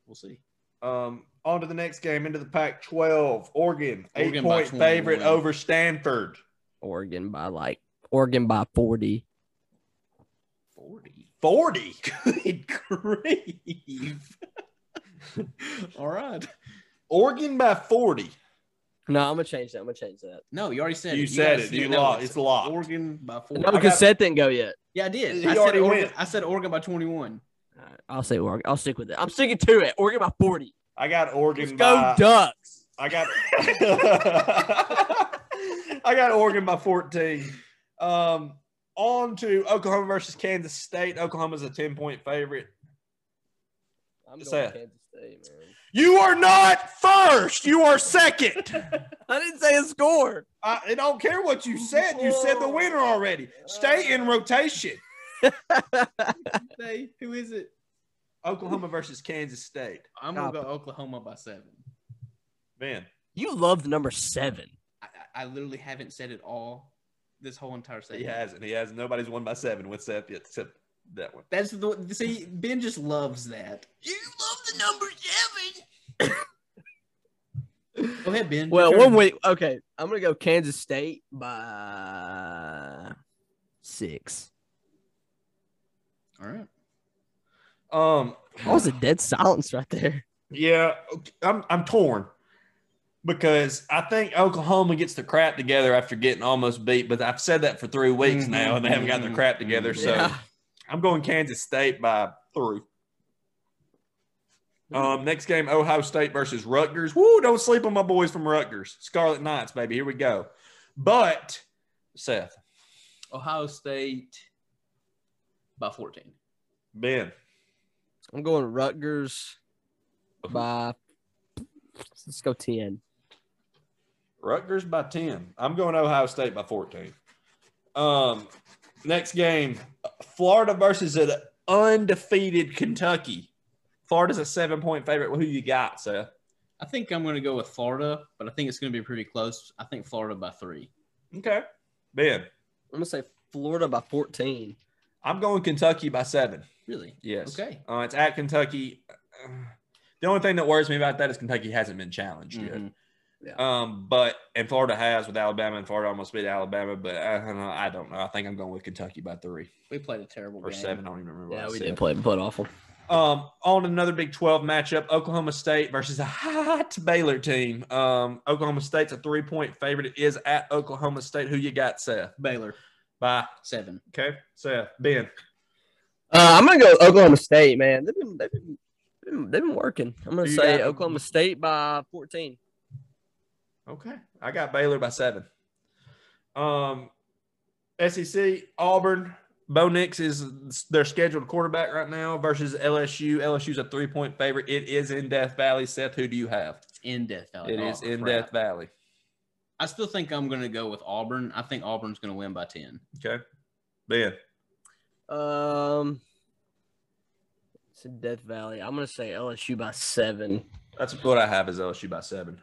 Speaker 3: We'll see.
Speaker 2: Um, on to the next game, into the Pac-12. Oregon,
Speaker 3: Oregon
Speaker 2: eight
Speaker 3: by
Speaker 2: point favorite
Speaker 3: 21.
Speaker 2: over Stanford.
Speaker 4: Oregon by like Oregon by 40.
Speaker 3: 40.
Speaker 2: Forty.
Speaker 3: Good grief. [laughs] All right.
Speaker 2: Oregon by forty.
Speaker 4: No, I'm gonna change that. I'm gonna change that.
Speaker 3: No, you already said
Speaker 2: You
Speaker 3: it.
Speaker 2: said
Speaker 3: guys-
Speaker 2: it. You
Speaker 3: no,
Speaker 2: lost. It's locked.
Speaker 3: Oregon by four.
Speaker 4: No, because Seth didn't go yet.
Speaker 3: yeah, I did.
Speaker 2: He
Speaker 3: I said
Speaker 2: already
Speaker 3: Oregon.
Speaker 2: went.
Speaker 3: I said Oregon by 21.
Speaker 4: Alright, I'll say Oregon. I'll stick with it. I'm sticking to it. Oregon by 40.
Speaker 2: I got Oregon
Speaker 4: Let's go
Speaker 2: by.
Speaker 4: Ducks.
Speaker 2: I got. [laughs] I got Oregon by fourteen. Um, on to Oklahoma versus Kansas State. Oklahoma's a ten point favorite.
Speaker 4: I'm
Speaker 2: Just saying.
Speaker 4: Kansas State, man.
Speaker 2: You are not first. You are second.
Speaker 4: I didn't say a score.
Speaker 2: I, I don't care what you said. You said the winner already. Stay in rotation.
Speaker 3: Hey, who is it?
Speaker 2: Oklahoma versus Kansas State.
Speaker 3: I'm
Speaker 4: Stop
Speaker 3: going to go Oklahoma by seven.
Speaker 2: Man,
Speaker 4: You love the number seven.
Speaker 3: I, I I literally haven't said it all this whole entire
Speaker 2: he
Speaker 3: segment.
Speaker 2: hasn't. He hasn't. Nobody's won by seven with Seth yet, except that one.
Speaker 3: That's the see Ben just loves that. You love the number seven. Go ahead, Ben.
Speaker 4: Well,
Speaker 3: Your
Speaker 4: one
Speaker 3: turn.
Speaker 4: week. Okay, I'm gonna go Kansas State by six.
Speaker 3: All right.
Speaker 2: Um,
Speaker 4: That was a dead silence right there.
Speaker 2: Yeah, ok- I'm I'm torn because I think Oklahoma gets their crap together after getting almost beat, but I've said that for three weeks
Speaker 3: Mhm,
Speaker 2: now, and they haven't got their
Speaker 3: mhm,
Speaker 2: crap
Speaker 3: mhm.
Speaker 2: together. So
Speaker 4: Yeah.
Speaker 2: I'm going Kansas State by three. Um, next game, Ohio State versus Rutgers. Woo, don't sleep on my boys from Rutgers. Scarlet Knights, baby. Here we go. But Seth,
Speaker 3: Ohio State by 14.
Speaker 2: Ben,
Speaker 4: I'm going Rutgers by. Let's go ten.
Speaker 2: Rutgers by 10. I'm going Ohio State by 14. Um, next game, Florida versus an undefeated Kentucky. Florida's a seven point favorite. Well, who you got, Seth?
Speaker 3: I think I'm going to go with Florida, but I think it's going to be pretty close. I think Florida by three.
Speaker 2: Okay. Ben,
Speaker 4: I'm gonna say Florida by 14.
Speaker 2: I'm going Kentucky by seven.
Speaker 3: Really?
Speaker 2: Yes.
Speaker 3: Okay.
Speaker 2: Uh, it's at Kentucky. Uh, The only thing that worries me about that is Kentucky hasn't been challenged yet.
Speaker 4: Mm-hmm.
Speaker 3: Mhm.
Speaker 2: Um, but and Florida has with Alabama, and Florida almost beat Alabama. But I don't know. I don't know. I think I'm going with Kentucky by three
Speaker 3: We played a terrible
Speaker 2: or
Speaker 3: game.
Speaker 2: seven. I don't even remember. what I
Speaker 4: Yeah, we
Speaker 2: said.
Speaker 4: did play, but awful.
Speaker 2: Um, on another Big 12 matchup, Oklahoma State versus a hot Baylor team. Um, Oklahoma State's a three point favorite. It is at Oklahoma State. Who you got, Seth?
Speaker 3: Baylor
Speaker 2: Bye.
Speaker 3: seven.
Speaker 2: Okay. Seth, Ben.
Speaker 4: Uh, I'm gonna go Oklahoma State, man. They've been they've been they've been, they've been working. I'm gonna
Speaker 2: Who you
Speaker 4: say
Speaker 2: got?
Speaker 4: Oklahoma State by 14.
Speaker 2: Okay. I got Baylor by seven. Um, SEC, Auburn. Bo Nix is their scheduled quarterback right now versus LSU. LSU's a three point favorite. It is in Death Valley. Seth, who do you have?
Speaker 3: It's in Death Valley.
Speaker 2: It
Speaker 3: Oh,
Speaker 2: is in
Speaker 3: crap.
Speaker 2: Death Valley.
Speaker 3: I still think I'm going to go with Auburn. I think Auburn's going to win by 10.
Speaker 2: Okay. Ben.
Speaker 4: Um, it's in Death Valley. I'm gonna say LSU by seven.
Speaker 2: That's what I have is LSU by seven.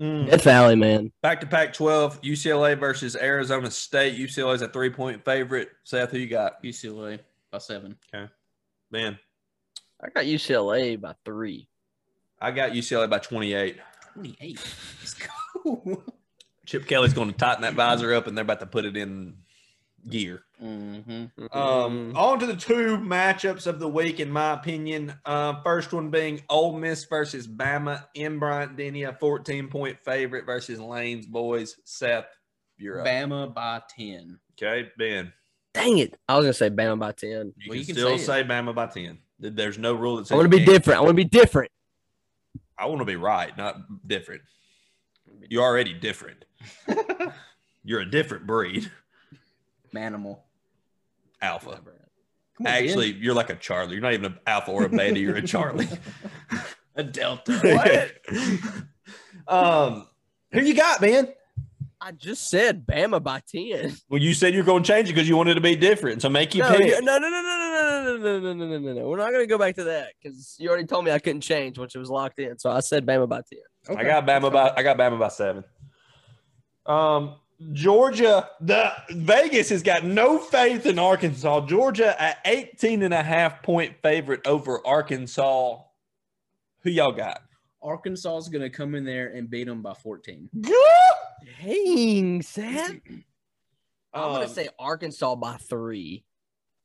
Speaker 2: Mm.
Speaker 4: Death Valley, man.
Speaker 2: Back to Pac 12, UCLA versus Arizona State. UCLA's a three point favorite. Seth, who you got?
Speaker 3: UCLA by seven.
Speaker 2: Man,
Speaker 4: I got UCLA by three.
Speaker 2: I got UCLA by 28.
Speaker 3: 28. Let's go.
Speaker 2: Chip Kelly's going to tighten that visor up and they're about to put it in gear.
Speaker 3: mm-hmm.
Speaker 2: Um, on to the two matchups of the week, in my opinion. Uh, first one being Ole Miss versus Bama in Bryant Denny, a 14 point favorite versus Lane's boys. Seth, you're up.
Speaker 3: Bama by 10.
Speaker 2: Okay, Ben.
Speaker 4: Dang it. I was going to say Bama by 10.
Speaker 2: You
Speaker 3: Well,
Speaker 2: can,
Speaker 3: you can
Speaker 2: still
Speaker 3: say
Speaker 2: say,
Speaker 3: it.
Speaker 2: Bama by 10. Th- There's no rule that says
Speaker 4: I want
Speaker 2: you
Speaker 4: to be
Speaker 2: can't.
Speaker 4: different. I want to be different.
Speaker 2: I want to be right, not different. You're already
Speaker 3: [laughs]
Speaker 2: different. You're a different breed,
Speaker 3: Manimal.
Speaker 2: alpha.
Speaker 3: Come on,
Speaker 2: Actually, you're like a Charlie. You're not even an alpha or a beta. You're a
Speaker 3: [laughs]
Speaker 2: Charlie.
Speaker 3: Ben. a Delta.
Speaker 2: [laughs] um, who you got, man?
Speaker 4: I just said Bama by [laughs] 10.
Speaker 2: Well, you said you're going to change it because you wanted to be different. So make your
Speaker 4: no,
Speaker 2: pick.
Speaker 4: you- no, no, no, no, no, no, no, no, no, no, no, no. We're not going to go back to that because you already told me I couldn't change once it was locked in. So I said Bama by 10.
Speaker 2: I got Bama by I got Bama by seven. Um, Georgia, the Vegas has got no faith in Arkansas. Georgia at 18 and a half point favorite over Arkansas. Who y'all got?
Speaker 3: Arkansas is going to come in there and beat them by 14.
Speaker 4: Dang, Sam. I'm
Speaker 2: Um,
Speaker 4: gonna say Arkansas by three.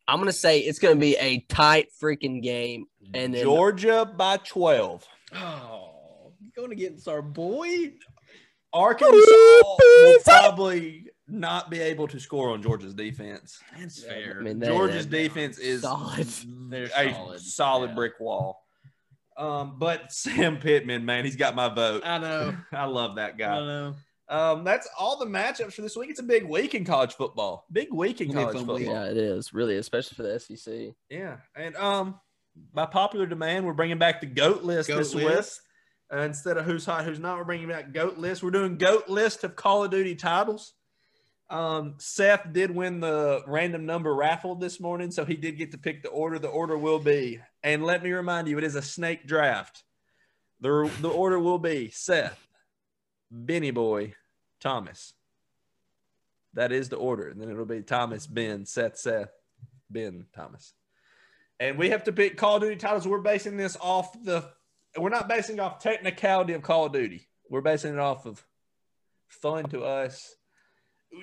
Speaker 4: I'm gonna say it's gonna be a tight freaking game, and then
Speaker 2: Georgia by 12.
Speaker 3: Oh, going against our boy?
Speaker 2: Arkansas will probably not be able to score on Georgia's defense.
Speaker 3: That's
Speaker 4: Yeah,
Speaker 3: fair.
Speaker 4: I mean, they-
Speaker 2: Georgia's
Speaker 3: they are
Speaker 2: defense is
Speaker 4: [laughs] solid.
Speaker 2: They're
Speaker 3: They're
Speaker 2: a solid,
Speaker 3: solid, yeah.
Speaker 2: brick wall. Um, but [laughs] Sam Pittman, man, he's got my vote.
Speaker 3: I know.
Speaker 2: [laughs] I love that
Speaker 3: I
Speaker 2: guy.
Speaker 3: know.
Speaker 2: Um, that's all the matchups for this week. It's a big week in college football. Big week in
Speaker 3: It'll be a
Speaker 2: college
Speaker 3: fun
Speaker 2: football.
Speaker 3: week.
Speaker 4: yeah, it is really, especially for the E SEC.
Speaker 2: Yeah, and um, by popular demand, we're bringing back the goat list
Speaker 3: Goat
Speaker 2: this week.
Speaker 3: list.
Speaker 2: Uh, instead of who's hot, who's not, we're bringing back goat list. We're doing goat list of Call of Duty titles. Um, Seth did win the random number raffle this morning, so he did get to pick the order. The order will be, and let me remind you, it is a snake draft. the The order will be Seth, Benny Boy, Thomas. That is the order, and then it'll be Thomas, Ben, Seth, Seth, Ben, Thomas and we have to pick Call of Duty titles. We're basing this off the. We're not basing it off technicality of Call of Duty. We're basing it off of fun to us.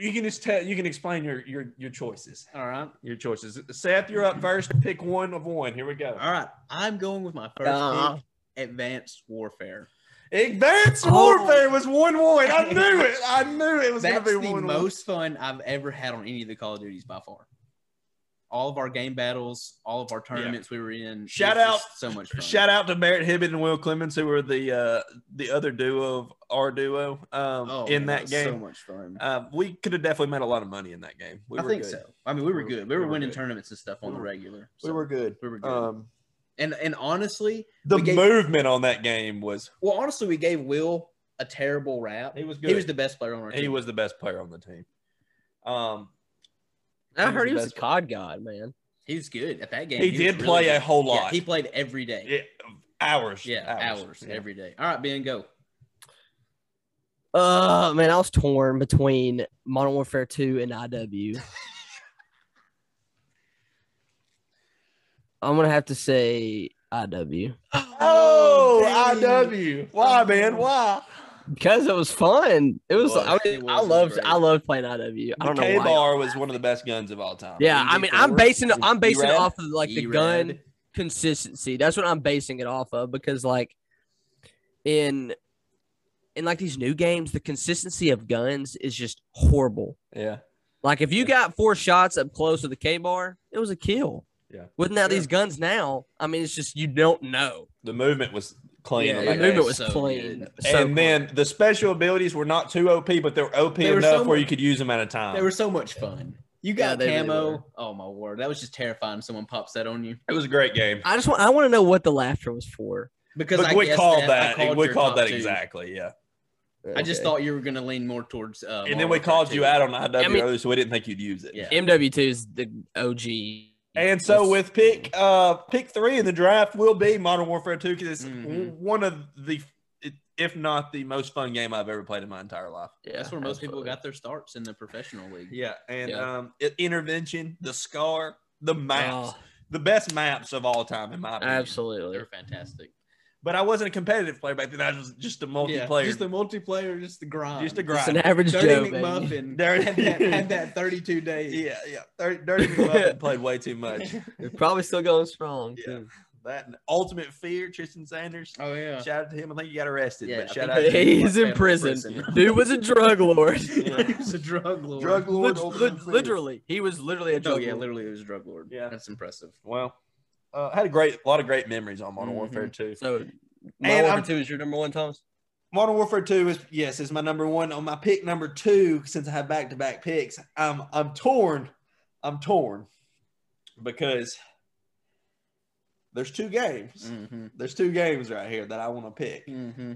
Speaker 2: You can just tell. You can explain your your your choices.
Speaker 3: All right.
Speaker 2: Your choices. Seth, you're up first. Pick one of one. Here we go.
Speaker 3: All right. I'm going with my first
Speaker 4: Uh-huh.
Speaker 3: pick, Advanced Warfare.
Speaker 2: Advanced
Speaker 4: Oh.
Speaker 2: Warfare was one one. I
Speaker 3: [laughs]
Speaker 2: knew it. I knew it was going
Speaker 3: That's
Speaker 2: to
Speaker 3: the
Speaker 2: be one one.
Speaker 3: most fun I've ever had on any of the Call of Duties by far. All of our game battles, all of our tournaments we were in.
Speaker 2: Shout
Speaker 3: it was just So much fun.
Speaker 2: Shout out to Barrett Hibbett and Will Clemens, who were the uh, the other duo of our duo um, in
Speaker 3: Oh, man,
Speaker 2: that
Speaker 3: was So
Speaker 2: game.
Speaker 3: much fun.
Speaker 2: Uh, we could have definitely made a lot of money in that game. We
Speaker 3: I
Speaker 2: were
Speaker 3: think
Speaker 2: good.
Speaker 3: so. I mean, we were
Speaker 2: We were-
Speaker 3: good.
Speaker 2: we
Speaker 3: We were
Speaker 2: were
Speaker 3: winning
Speaker 2: good.
Speaker 3: tournaments and stuff on the regular.
Speaker 2: We
Speaker 3: so
Speaker 2: were good.
Speaker 3: we were good.
Speaker 2: Um,
Speaker 3: and and honestly,
Speaker 2: the
Speaker 3: We gave-
Speaker 2: movement on that game was
Speaker 3: well, honestly, we gave Will a terrible rap.
Speaker 2: was
Speaker 3: He was the best player on our team.
Speaker 2: the best player on the team. Um,
Speaker 4: I
Speaker 2: He was
Speaker 4: heard he
Speaker 2: the
Speaker 4: was a
Speaker 2: best
Speaker 4: COD god, man.
Speaker 3: He was good at that game.
Speaker 2: he,
Speaker 3: was
Speaker 2: did
Speaker 3: really
Speaker 2: play
Speaker 3: good.
Speaker 2: a whole
Speaker 3: Yeah,
Speaker 2: lot.
Speaker 3: he played every day. Yeah,
Speaker 2: Yeah, hours.
Speaker 3: hours,
Speaker 2: Yeah.
Speaker 3: every day. All right, Ben, go.
Speaker 4: Uh, man, I was torn between Modern Warfare Two and IW. I'm gonna have to say IW
Speaker 2: Oh,
Speaker 3: dang.
Speaker 2: IW. Why, man? Why?
Speaker 4: because it was fun. It was.
Speaker 3: was.
Speaker 4: I, mean,
Speaker 3: It
Speaker 4: I
Speaker 3: was
Speaker 4: loved.
Speaker 3: great.
Speaker 4: I loved playing IW. I
Speaker 2: The
Speaker 4: don't know why.
Speaker 2: K-Bar was one of the best guns of all time.
Speaker 4: Yeah, I mean, I'm basing it.
Speaker 3: E
Speaker 4: I'm basing it
Speaker 2: E-Rad?
Speaker 4: off of like the
Speaker 3: E-Rad.
Speaker 4: gun consistency. That's what I'm basing it off of because like in in like these new games, the consistency of guns is just horrible.
Speaker 2: Yeah.
Speaker 4: Like if you got four shots up close with the K bar, it was a kill.
Speaker 2: Yeah.
Speaker 4: Wouldn't that
Speaker 2: Sure.
Speaker 4: these guns now? I mean, it's just you don't know.
Speaker 2: The movement was clean.
Speaker 3: Yeah,
Speaker 2: on
Speaker 4: The
Speaker 3: it
Speaker 2: that
Speaker 4: movement
Speaker 2: game.
Speaker 4: was
Speaker 3: so
Speaker 4: plain.
Speaker 3: good.
Speaker 4: So
Speaker 2: and then the special abilities were not too OP, but they were OP
Speaker 3: They were
Speaker 2: enough
Speaker 3: so
Speaker 2: where
Speaker 3: much-
Speaker 2: you could use them at a time.
Speaker 3: They were so much fun. You
Speaker 4: Yeah,
Speaker 3: got
Speaker 4: they really
Speaker 3: camo.
Speaker 4: were.
Speaker 3: oh my word, that was just terrifying. when Someone pops that on you
Speaker 2: it was a great game.
Speaker 4: I just want. I want to know what the laughter was for.
Speaker 3: because
Speaker 2: But
Speaker 3: I
Speaker 2: we
Speaker 3: guessed
Speaker 2: called
Speaker 3: I
Speaker 2: that. we
Speaker 3: your
Speaker 2: called
Speaker 3: top
Speaker 2: that
Speaker 3: two.
Speaker 2: exactly. Yeah.
Speaker 3: I just thought you were going to lean more towards. Uh,
Speaker 2: and then
Speaker 3: Modern
Speaker 2: we
Speaker 3: Warfare
Speaker 2: called
Speaker 3: 2.
Speaker 2: you out on IW
Speaker 4: I mean-
Speaker 2: earlier, so we didn't think you'd use it.
Speaker 3: Yeah.
Speaker 4: MW two is the OG.
Speaker 2: And so
Speaker 4: It's-
Speaker 2: with pick uh pick three in the draft will be Modern Warfare two because it's
Speaker 3: Mhm.
Speaker 2: one of the it, if not the most fun game I've ever played in my entire life.
Speaker 4: Yeah,
Speaker 3: That's where most people
Speaker 4: absolutely.
Speaker 2: Oh,
Speaker 3: got their starts in the professional league.
Speaker 2: Yeah, and
Speaker 4: Yeah.
Speaker 2: um, it, intervention, the scar, the maps,
Speaker 4: Oh,
Speaker 2: the best maps of all time in my opinion.
Speaker 4: absolutely.
Speaker 3: They're fantastic.
Speaker 2: But I wasn't a competitive player back then. I was just a multiplayer.
Speaker 3: Yeah, just the multiplayer, just the grind.
Speaker 2: Just the grind.
Speaker 4: It's an average Joe.
Speaker 3: Dirty
Speaker 4: [laughs] baby.
Speaker 2: [laughs]
Speaker 3: McMuffin.
Speaker 2: Dirty-
Speaker 3: had, that, had that 32 days.
Speaker 2: yeah, yeah. Dirty, Dirty McMuffin played way too much.
Speaker 4: They're probably still going strong.
Speaker 2: Yeah.
Speaker 4: too.
Speaker 2: That and Ultimate Fear, Tristan Sanders.
Speaker 3: Oh [laughs] yeah.
Speaker 2: Shout out to him. I think he got arrested.
Speaker 3: Yeah,
Speaker 2: but
Speaker 3: I
Speaker 2: shout out to
Speaker 3: think-
Speaker 2: him.
Speaker 4: He's in
Speaker 3: Yeah.
Speaker 4: prison. Dude was a drug lord.
Speaker 2: [laughs]
Speaker 3: [laughs]
Speaker 2: Yeah.
Speaker 3: he was a drug lord.
Speaker 2: Drug lord.
Speaker 4: Lit-
Speaker 2: Ultimate
Speaker 4: lit-
Speaker 2: Fear.
Speaker 4: literally, he was literally a
Speaker 3: Oh
Speaker 4: drug
Speaker 3: yeah,
Speaker 4: lord.
Speaker 3: literally, he was a drug lord.
Speaker 2: Yeah.
Speaker 3: that's impressive.
Speaker 2: Well, uh, I had a great, a lot of great memories on Modern
Speaker 3: Mhm.
Speaker 2: Warfare 2.
Speaker 4: So,
Speaker 2: And
Speaker 4: Modern Warfare
Speaker 2: I'm-
Speaker 4: 2 is your number one, Thomas?
Speaker 2: Modern Warfare 2 is yes, is my number one. On my pick number two, since I have back to back picks, I'm I'm torn. I'm torn because there's two games.
Speaker 3: Mm-hmm.
Speaker 2: There's two games right here that I want to pick.
Speaker 3: Mm-hmm.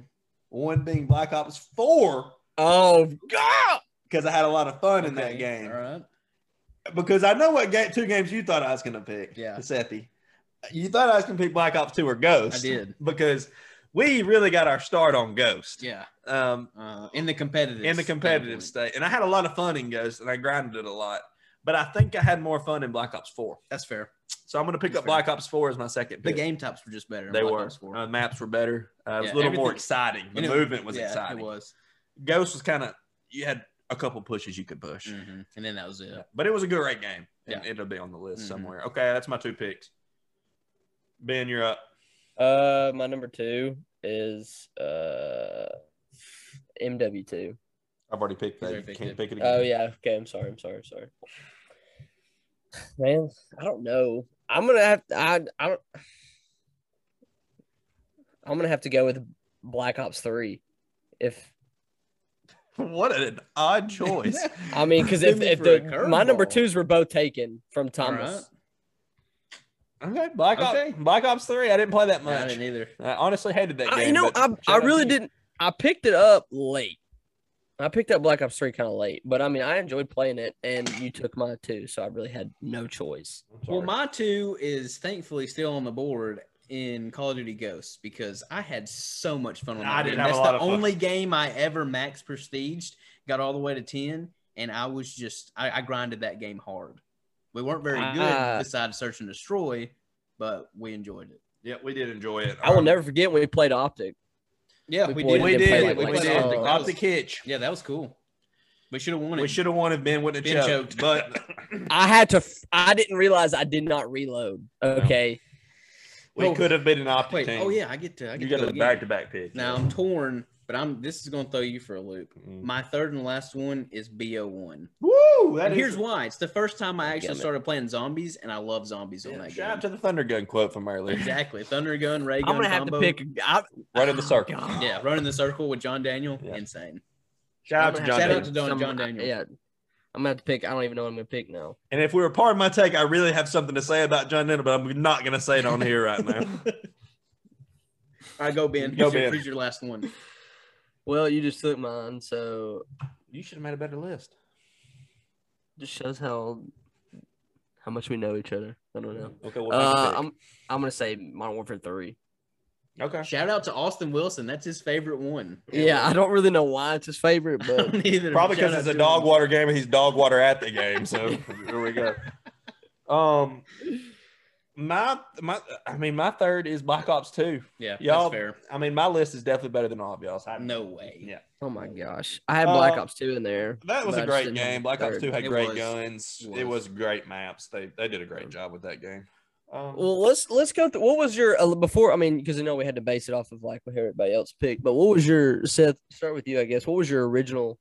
Speaker 2: One being Black Ops 4
Speaker 4: Oh, God.
Speaker 2: because I had a lot of fun in that game.
Speaker 3: All right.
Speaker 2: Because I know what ga- two games you thought I was going to pick.
Speaker 3: Yeah.
Speaker 2: Sethi. You thought I was going to pick Black Ops 2 or Ghost.
Speaker 3: I did.
Speaker 2: Because we really got our start on Ghost.
Speaker 3: Yeah.
Speaker 2: Um,
Speaker 3: Uh, in the competitive.
Speaker 2: in the competitive state. And I had a lot of fun in Ghost, and I grinded it a lot. But I think I had more fun in Black Ops 4.
Speaker 3: That's fair.
Speaker 2: So I'm going to pick
Speaker 3: That's
Speaker 2: up Black Ops 4 as my second
Speaker 3: The
Speaker 2: pick.
Speaker 3: game types were just better. in
Speaker 2: they
Speaker 3: Black
Speaker 2: were.
Speaker 3: Ops 4.
Speaker 2: Uh, maps were better. Uh, it was
Speaker 3: Yeah,
Speaker 2: a little more
Speaker 3: everything-
Speaker 2: exciting. The
Speaker 3: And it-
Speaker 2: movement was
Speaker 3: yeah,
Speaker 2: exciting.
Speaker 3: It was.
Speaker 2: Ghost was kind of you had a couple pushes you could push,
Speaker 3: Mhm. And then that was it.
Speaker 2: but it was a good great game.
Speaker 3: Yeah.
Speaker 2: And it'll be on the list
Speaker 3: Mhm.
Speaker 2: somewhere. Okay, that's my two picks. Ben, you're up.
Speaker 4: Uh, my number two is uh MW2.
Speaker 2: I've already picked
Speaker 3: He's
Speaker 2: that. You
Speaker 3: already picked
Speaker 2: can't
Speaker 3: it.
Speaker 2: pick it again.
Speaker 4: Oh yeah. Okay. I'm sorry. I'm sorry. I'm sorry. Man, I don't know. I'm gonna have. I. I don't. I'm gonna have to go with Black Ops Three. If
Speaker 2: [laughs] What an [laughs] odd
Speaker 3: [laughs]
Speaker 2: choice.
Speaker 4: I mean, because
Speaker 3: Hit
Speaker 4: if,
Speaker 3: me
Speaker 4: if
Speaker 3: for a
Speaker 4: the my number
Speaker 3: curveball.
Speaker 4: twos were both taken from Thomas,
Speaker 3: Alright.
Speaker 2: okay, Black Ops.
Speaker 3: Okay.
Speaker 2: Black Ops Three. I didn't play that
Speaker 3: No, I
Speaker 2: much.
Speaker 3: didn't Uh, either.
Speaker 2: I honestly hated that game.
Speaker 4: I, you know,
Speaker 2: but
Speaker 4: I, I
Speaker 2: shout out
Speaker 4: really
Speaker 2: to you.
Speaker 4: didn't. I picked it up late. I picked up Black Ops Three kind of late, but I mean, I enjoyed playing it, and you took my two, so I really had no choice.
Speaker 2: I'm sorry.
Speaker 3: Well, my two is thankfully still on the board in Call of Duty Ghosts because I had so much fun with that
Speaker 2: I did
Speaker 3: game.
Speaker 2: have a
Speaker 3: That's
Speaker 2: lot
Speaker 3: the
Speaker 2: of fun.
Speaker 3: only game I ever max prestiged, got all the way to 10, and I was just I, I grinded that game hard. We weren't very good
Speaker 4: Ah.
Speaker 3: besides search and destroy, but we enjoyed it.
Speaker 2: yeah, we did enjoy it.
Speaker 4: I will
Speaker 2: Um,
Speaker 4: never forget when we played Optic.
Speaker 3: Yeah,
Speaker 4: We
Speaker 3: we,
Speaker 4: played-
Speaker 3: did.
Speaker 2: We
Speaker 4: didn't play
Speaker 2: did.
Speaker 4: like-
Speaker 2: we did.
Speaker 4: like
Speaker 2: The
Speaker 4: so-
Speaker 3: That was-
Speaker 2: Optic Hitch.
Speaker 3: yeah, that was cool. We should have won it.
Speaker 2: We should have won if Ben wouldn't have
Speaker 3: Been
Speaker 2: choked.
Speaker 3: choked.
Speaker 2: But
Speaker 3: [coughs]
Speaker 4: I had to. f- I didn't realize I did not reload. Okay,
Speaker 2: we
Speaker 3: Oh.
Speaker 2: could have been an Optic
Speaker 3: Wait,
Speaker 2: team.
Speaker 3: oh yeah, I get to. I get
Speaker 2: you
Speaker 3: to
Speaker 2: got
Speaker 3: go
Speaker 2: a
Speaker 3: again.
Speaker 2: back-to-back pick.
Speaker 3: Now I'm torn, but I'm. This is gonna throw you for a loop.
Speaker 2: Mm.
Speaker 3: My third and last one is BO1.
Speaker 2: Woo! That
Speaker 3: And
Speaker 2: is.
Speaker 3: here's why. It's the first time I actually
Speaker 4: Damn it.
Speaker 3: started playing zombies, and I love zombies on
Speaker 2: Yeah,
Speaker 3: that
Speaker 2: shout out
Speaker 3: game.
Speaker 2: to the Thunder Gun quote from
Speaker 3: [laughs]
Speaker 2: earlier.
Speaker 3: Exactly. Thunder gun, ray gun,
Speaker 4: I'm gonna have
Speaker 3: combo.
Speaker 4: to pick. I,
Speaker 2: Right in the circle.
Speaker 4: God.
Speaker 3: Yeah, running the circle with John Daniel.
Speaker 2: Yeah.
Speaker 3: Insane.
Speaker 2: Shout out to John.
Speaker 4: I'm gonna
Speaker 3: Shout
Speaker 4: have
Speaker 3: out
Speaker 2: Davis.
Speaker 3: to Don-
Speaker 4: some-
Speaker 3: John Daniel.
Speaker 4: Yeah, I'm gonna have to pick. I don't even know what I'm gonna pick now.
Speaker 2: and if we were part of my take, I really have something to say about John Denner, but I'm not going to say it on here right now.
Speaker 3: All right, go Ben.
Speaker 2: Go,
Speaker 3: Here's your,
Speaker 2: Ben.
Speaker 3: here's your
Speaker 2: [laughs]
Speaker 3: last one.
Speaker 4: Well, you just took mine, so
Speaker 2: [laughs] you should have made a better list.
Speaker 4: just shows how how much we know each other. I don't know.
Speaker 2: Okay, well,
Speaker 4: Uh, I'm I'm gonna say Modern Warfare Three.
Speaker 2: okay.
Speaker 3: Shout out to Austin Wilson. That's his favorite one.
Speaker 4: Yeah, I don't really know why it's his favorite, but
Speaker 3: [laughs]
Speaker 4: [laughs]
Speaker 3: Neither.
Speaker 2: Probably
Speaker 3: Shout
Speaker 2: because
Speaker 3: out
Speaker 2: it's a
Speaker 3: to
Speaker 2: dog
Speaker 3: him.
Speaker 2: water game and he's dog water at the game. So there we go. Um, my my, I mean, my third is Black Ops Two.
Speaker 3: Yeah,
Speaker 2: Y'all-
Speaker 3: that's fair.
Speaker 2: I mean, my list is definitely better than all of y'all's. I-
Speaker 3: No way.
Speaker 2: Yeah.
Speaker 4: oh my gosh, I had Black
Speaker 2: Uh,
Speaker 4: Ops Two in there.
Speaker 2: That was
Speaker 4: But I
Speaker 2: a
Speaker 4: just
Speaker 2: great
Speaker 4: didn't
Speaker 2: game.
Speaker 4: have
Speaker 2: Black Ops
Speaker 4: third.
Speaker 2: Two had
Speaker 3: It
Speaker 2: great
Speaker 3: was.
Speaker 2: guns.
Speaker 3: It
Speaker 2: It was
Speaker 3: was.
Speaker 2: great maps. They they did a great job with that game. Um,
Speaker 4: Well, let's let's go through. What was your uh, before? I mean, because I know we had to base it off of like what everybody else picked, but what was your Seth? Start with you, I guess. What was your original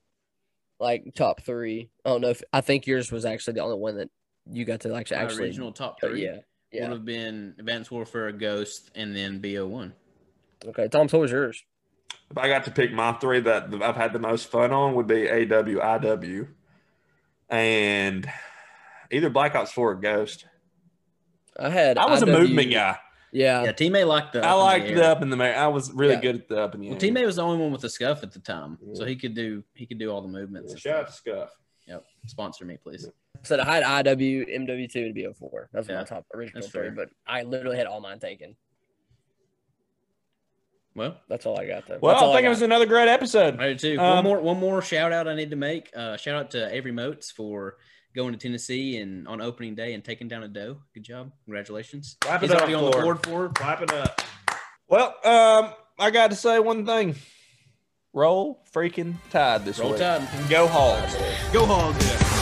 Speaker 4: like top three? I don't know. If, I think yours was actually the only one that you got to like
Speaker 3: My
Speaker 4: actually.
Speaker 3: original top
Speaker 4: but
Speaker 3: three
Speaker 4: yeah, yeah.
Speaker 3: would have been Advanced Warfare, Ghost, and then BO1.
Speaker 4: Okay, Tom, so what was yours?
Speaker 2: if I got to pick my three that I've had the most fun on, would be AWIW, and either Black Ops Four or Ghost.
Speaker 4: I had.
Speaker 2: I was a
Speaker 4: IW.
Speaker 2: movement guy.
Speaker 4: Yeah.
Speaker 3: yeah, teammate liked the.
Speaker 2: I liked
Speaker 3: the.
Speaker 2: the up in the air. I was really
Speaker 4: Yeah.
Speaker 2: good at the up in the air.
Speaker 3: Well, teammate was the only one with the scuff at the time, so
Speaker 2: Yeah.
Speaker 3: he could do he could do all the movements.
Speaker 2: Yeah,
Speaker 3: and
Speaker 2: shout out to
Speaker 3: stuff.
Speaker 2: Scuff.
Speaker 3: Yep. Sponsor me, please.
Speaker 4: So I had IW, MW2, and BO4. That's was my
Speaker 3: Yeah,
Speaker 4: top original
Speaker 3: that's
Speaker 4: three,
Speaker 3: fair.
Speaker 4: but I literally had all mine taken.
Speaker 3: Well,
Speaker 4: That's all I got though.
Speaker 2: Well,
Speaker 4: That's all
Speaker 2: I think it
Speaker 4: got.
Speaker 2: was another great episode.
Speaker 3: I do too.
Speaker 2: Um,
Speaker 3: one more, one more shout out I need to make. Uh, shout out to Avery Moats for going to Tennessee and on opening day and taking down a doe. Good job, congratulations.
Speaker 2: Clap it
Speaker 3: He's
Speaker 2: up
Speaker 3: already on the
Speaker 2: for her.
Speaker 3: board for. her.
Speaker 2: Clapping up. Well, um, I got to say one thing. Roll freaking tide this
Speaker 3: Roll
Speaker 2: week.
Speaker 3: Tide.
Speaker 2: Go Hogs.
Speaker 3: Go hogs.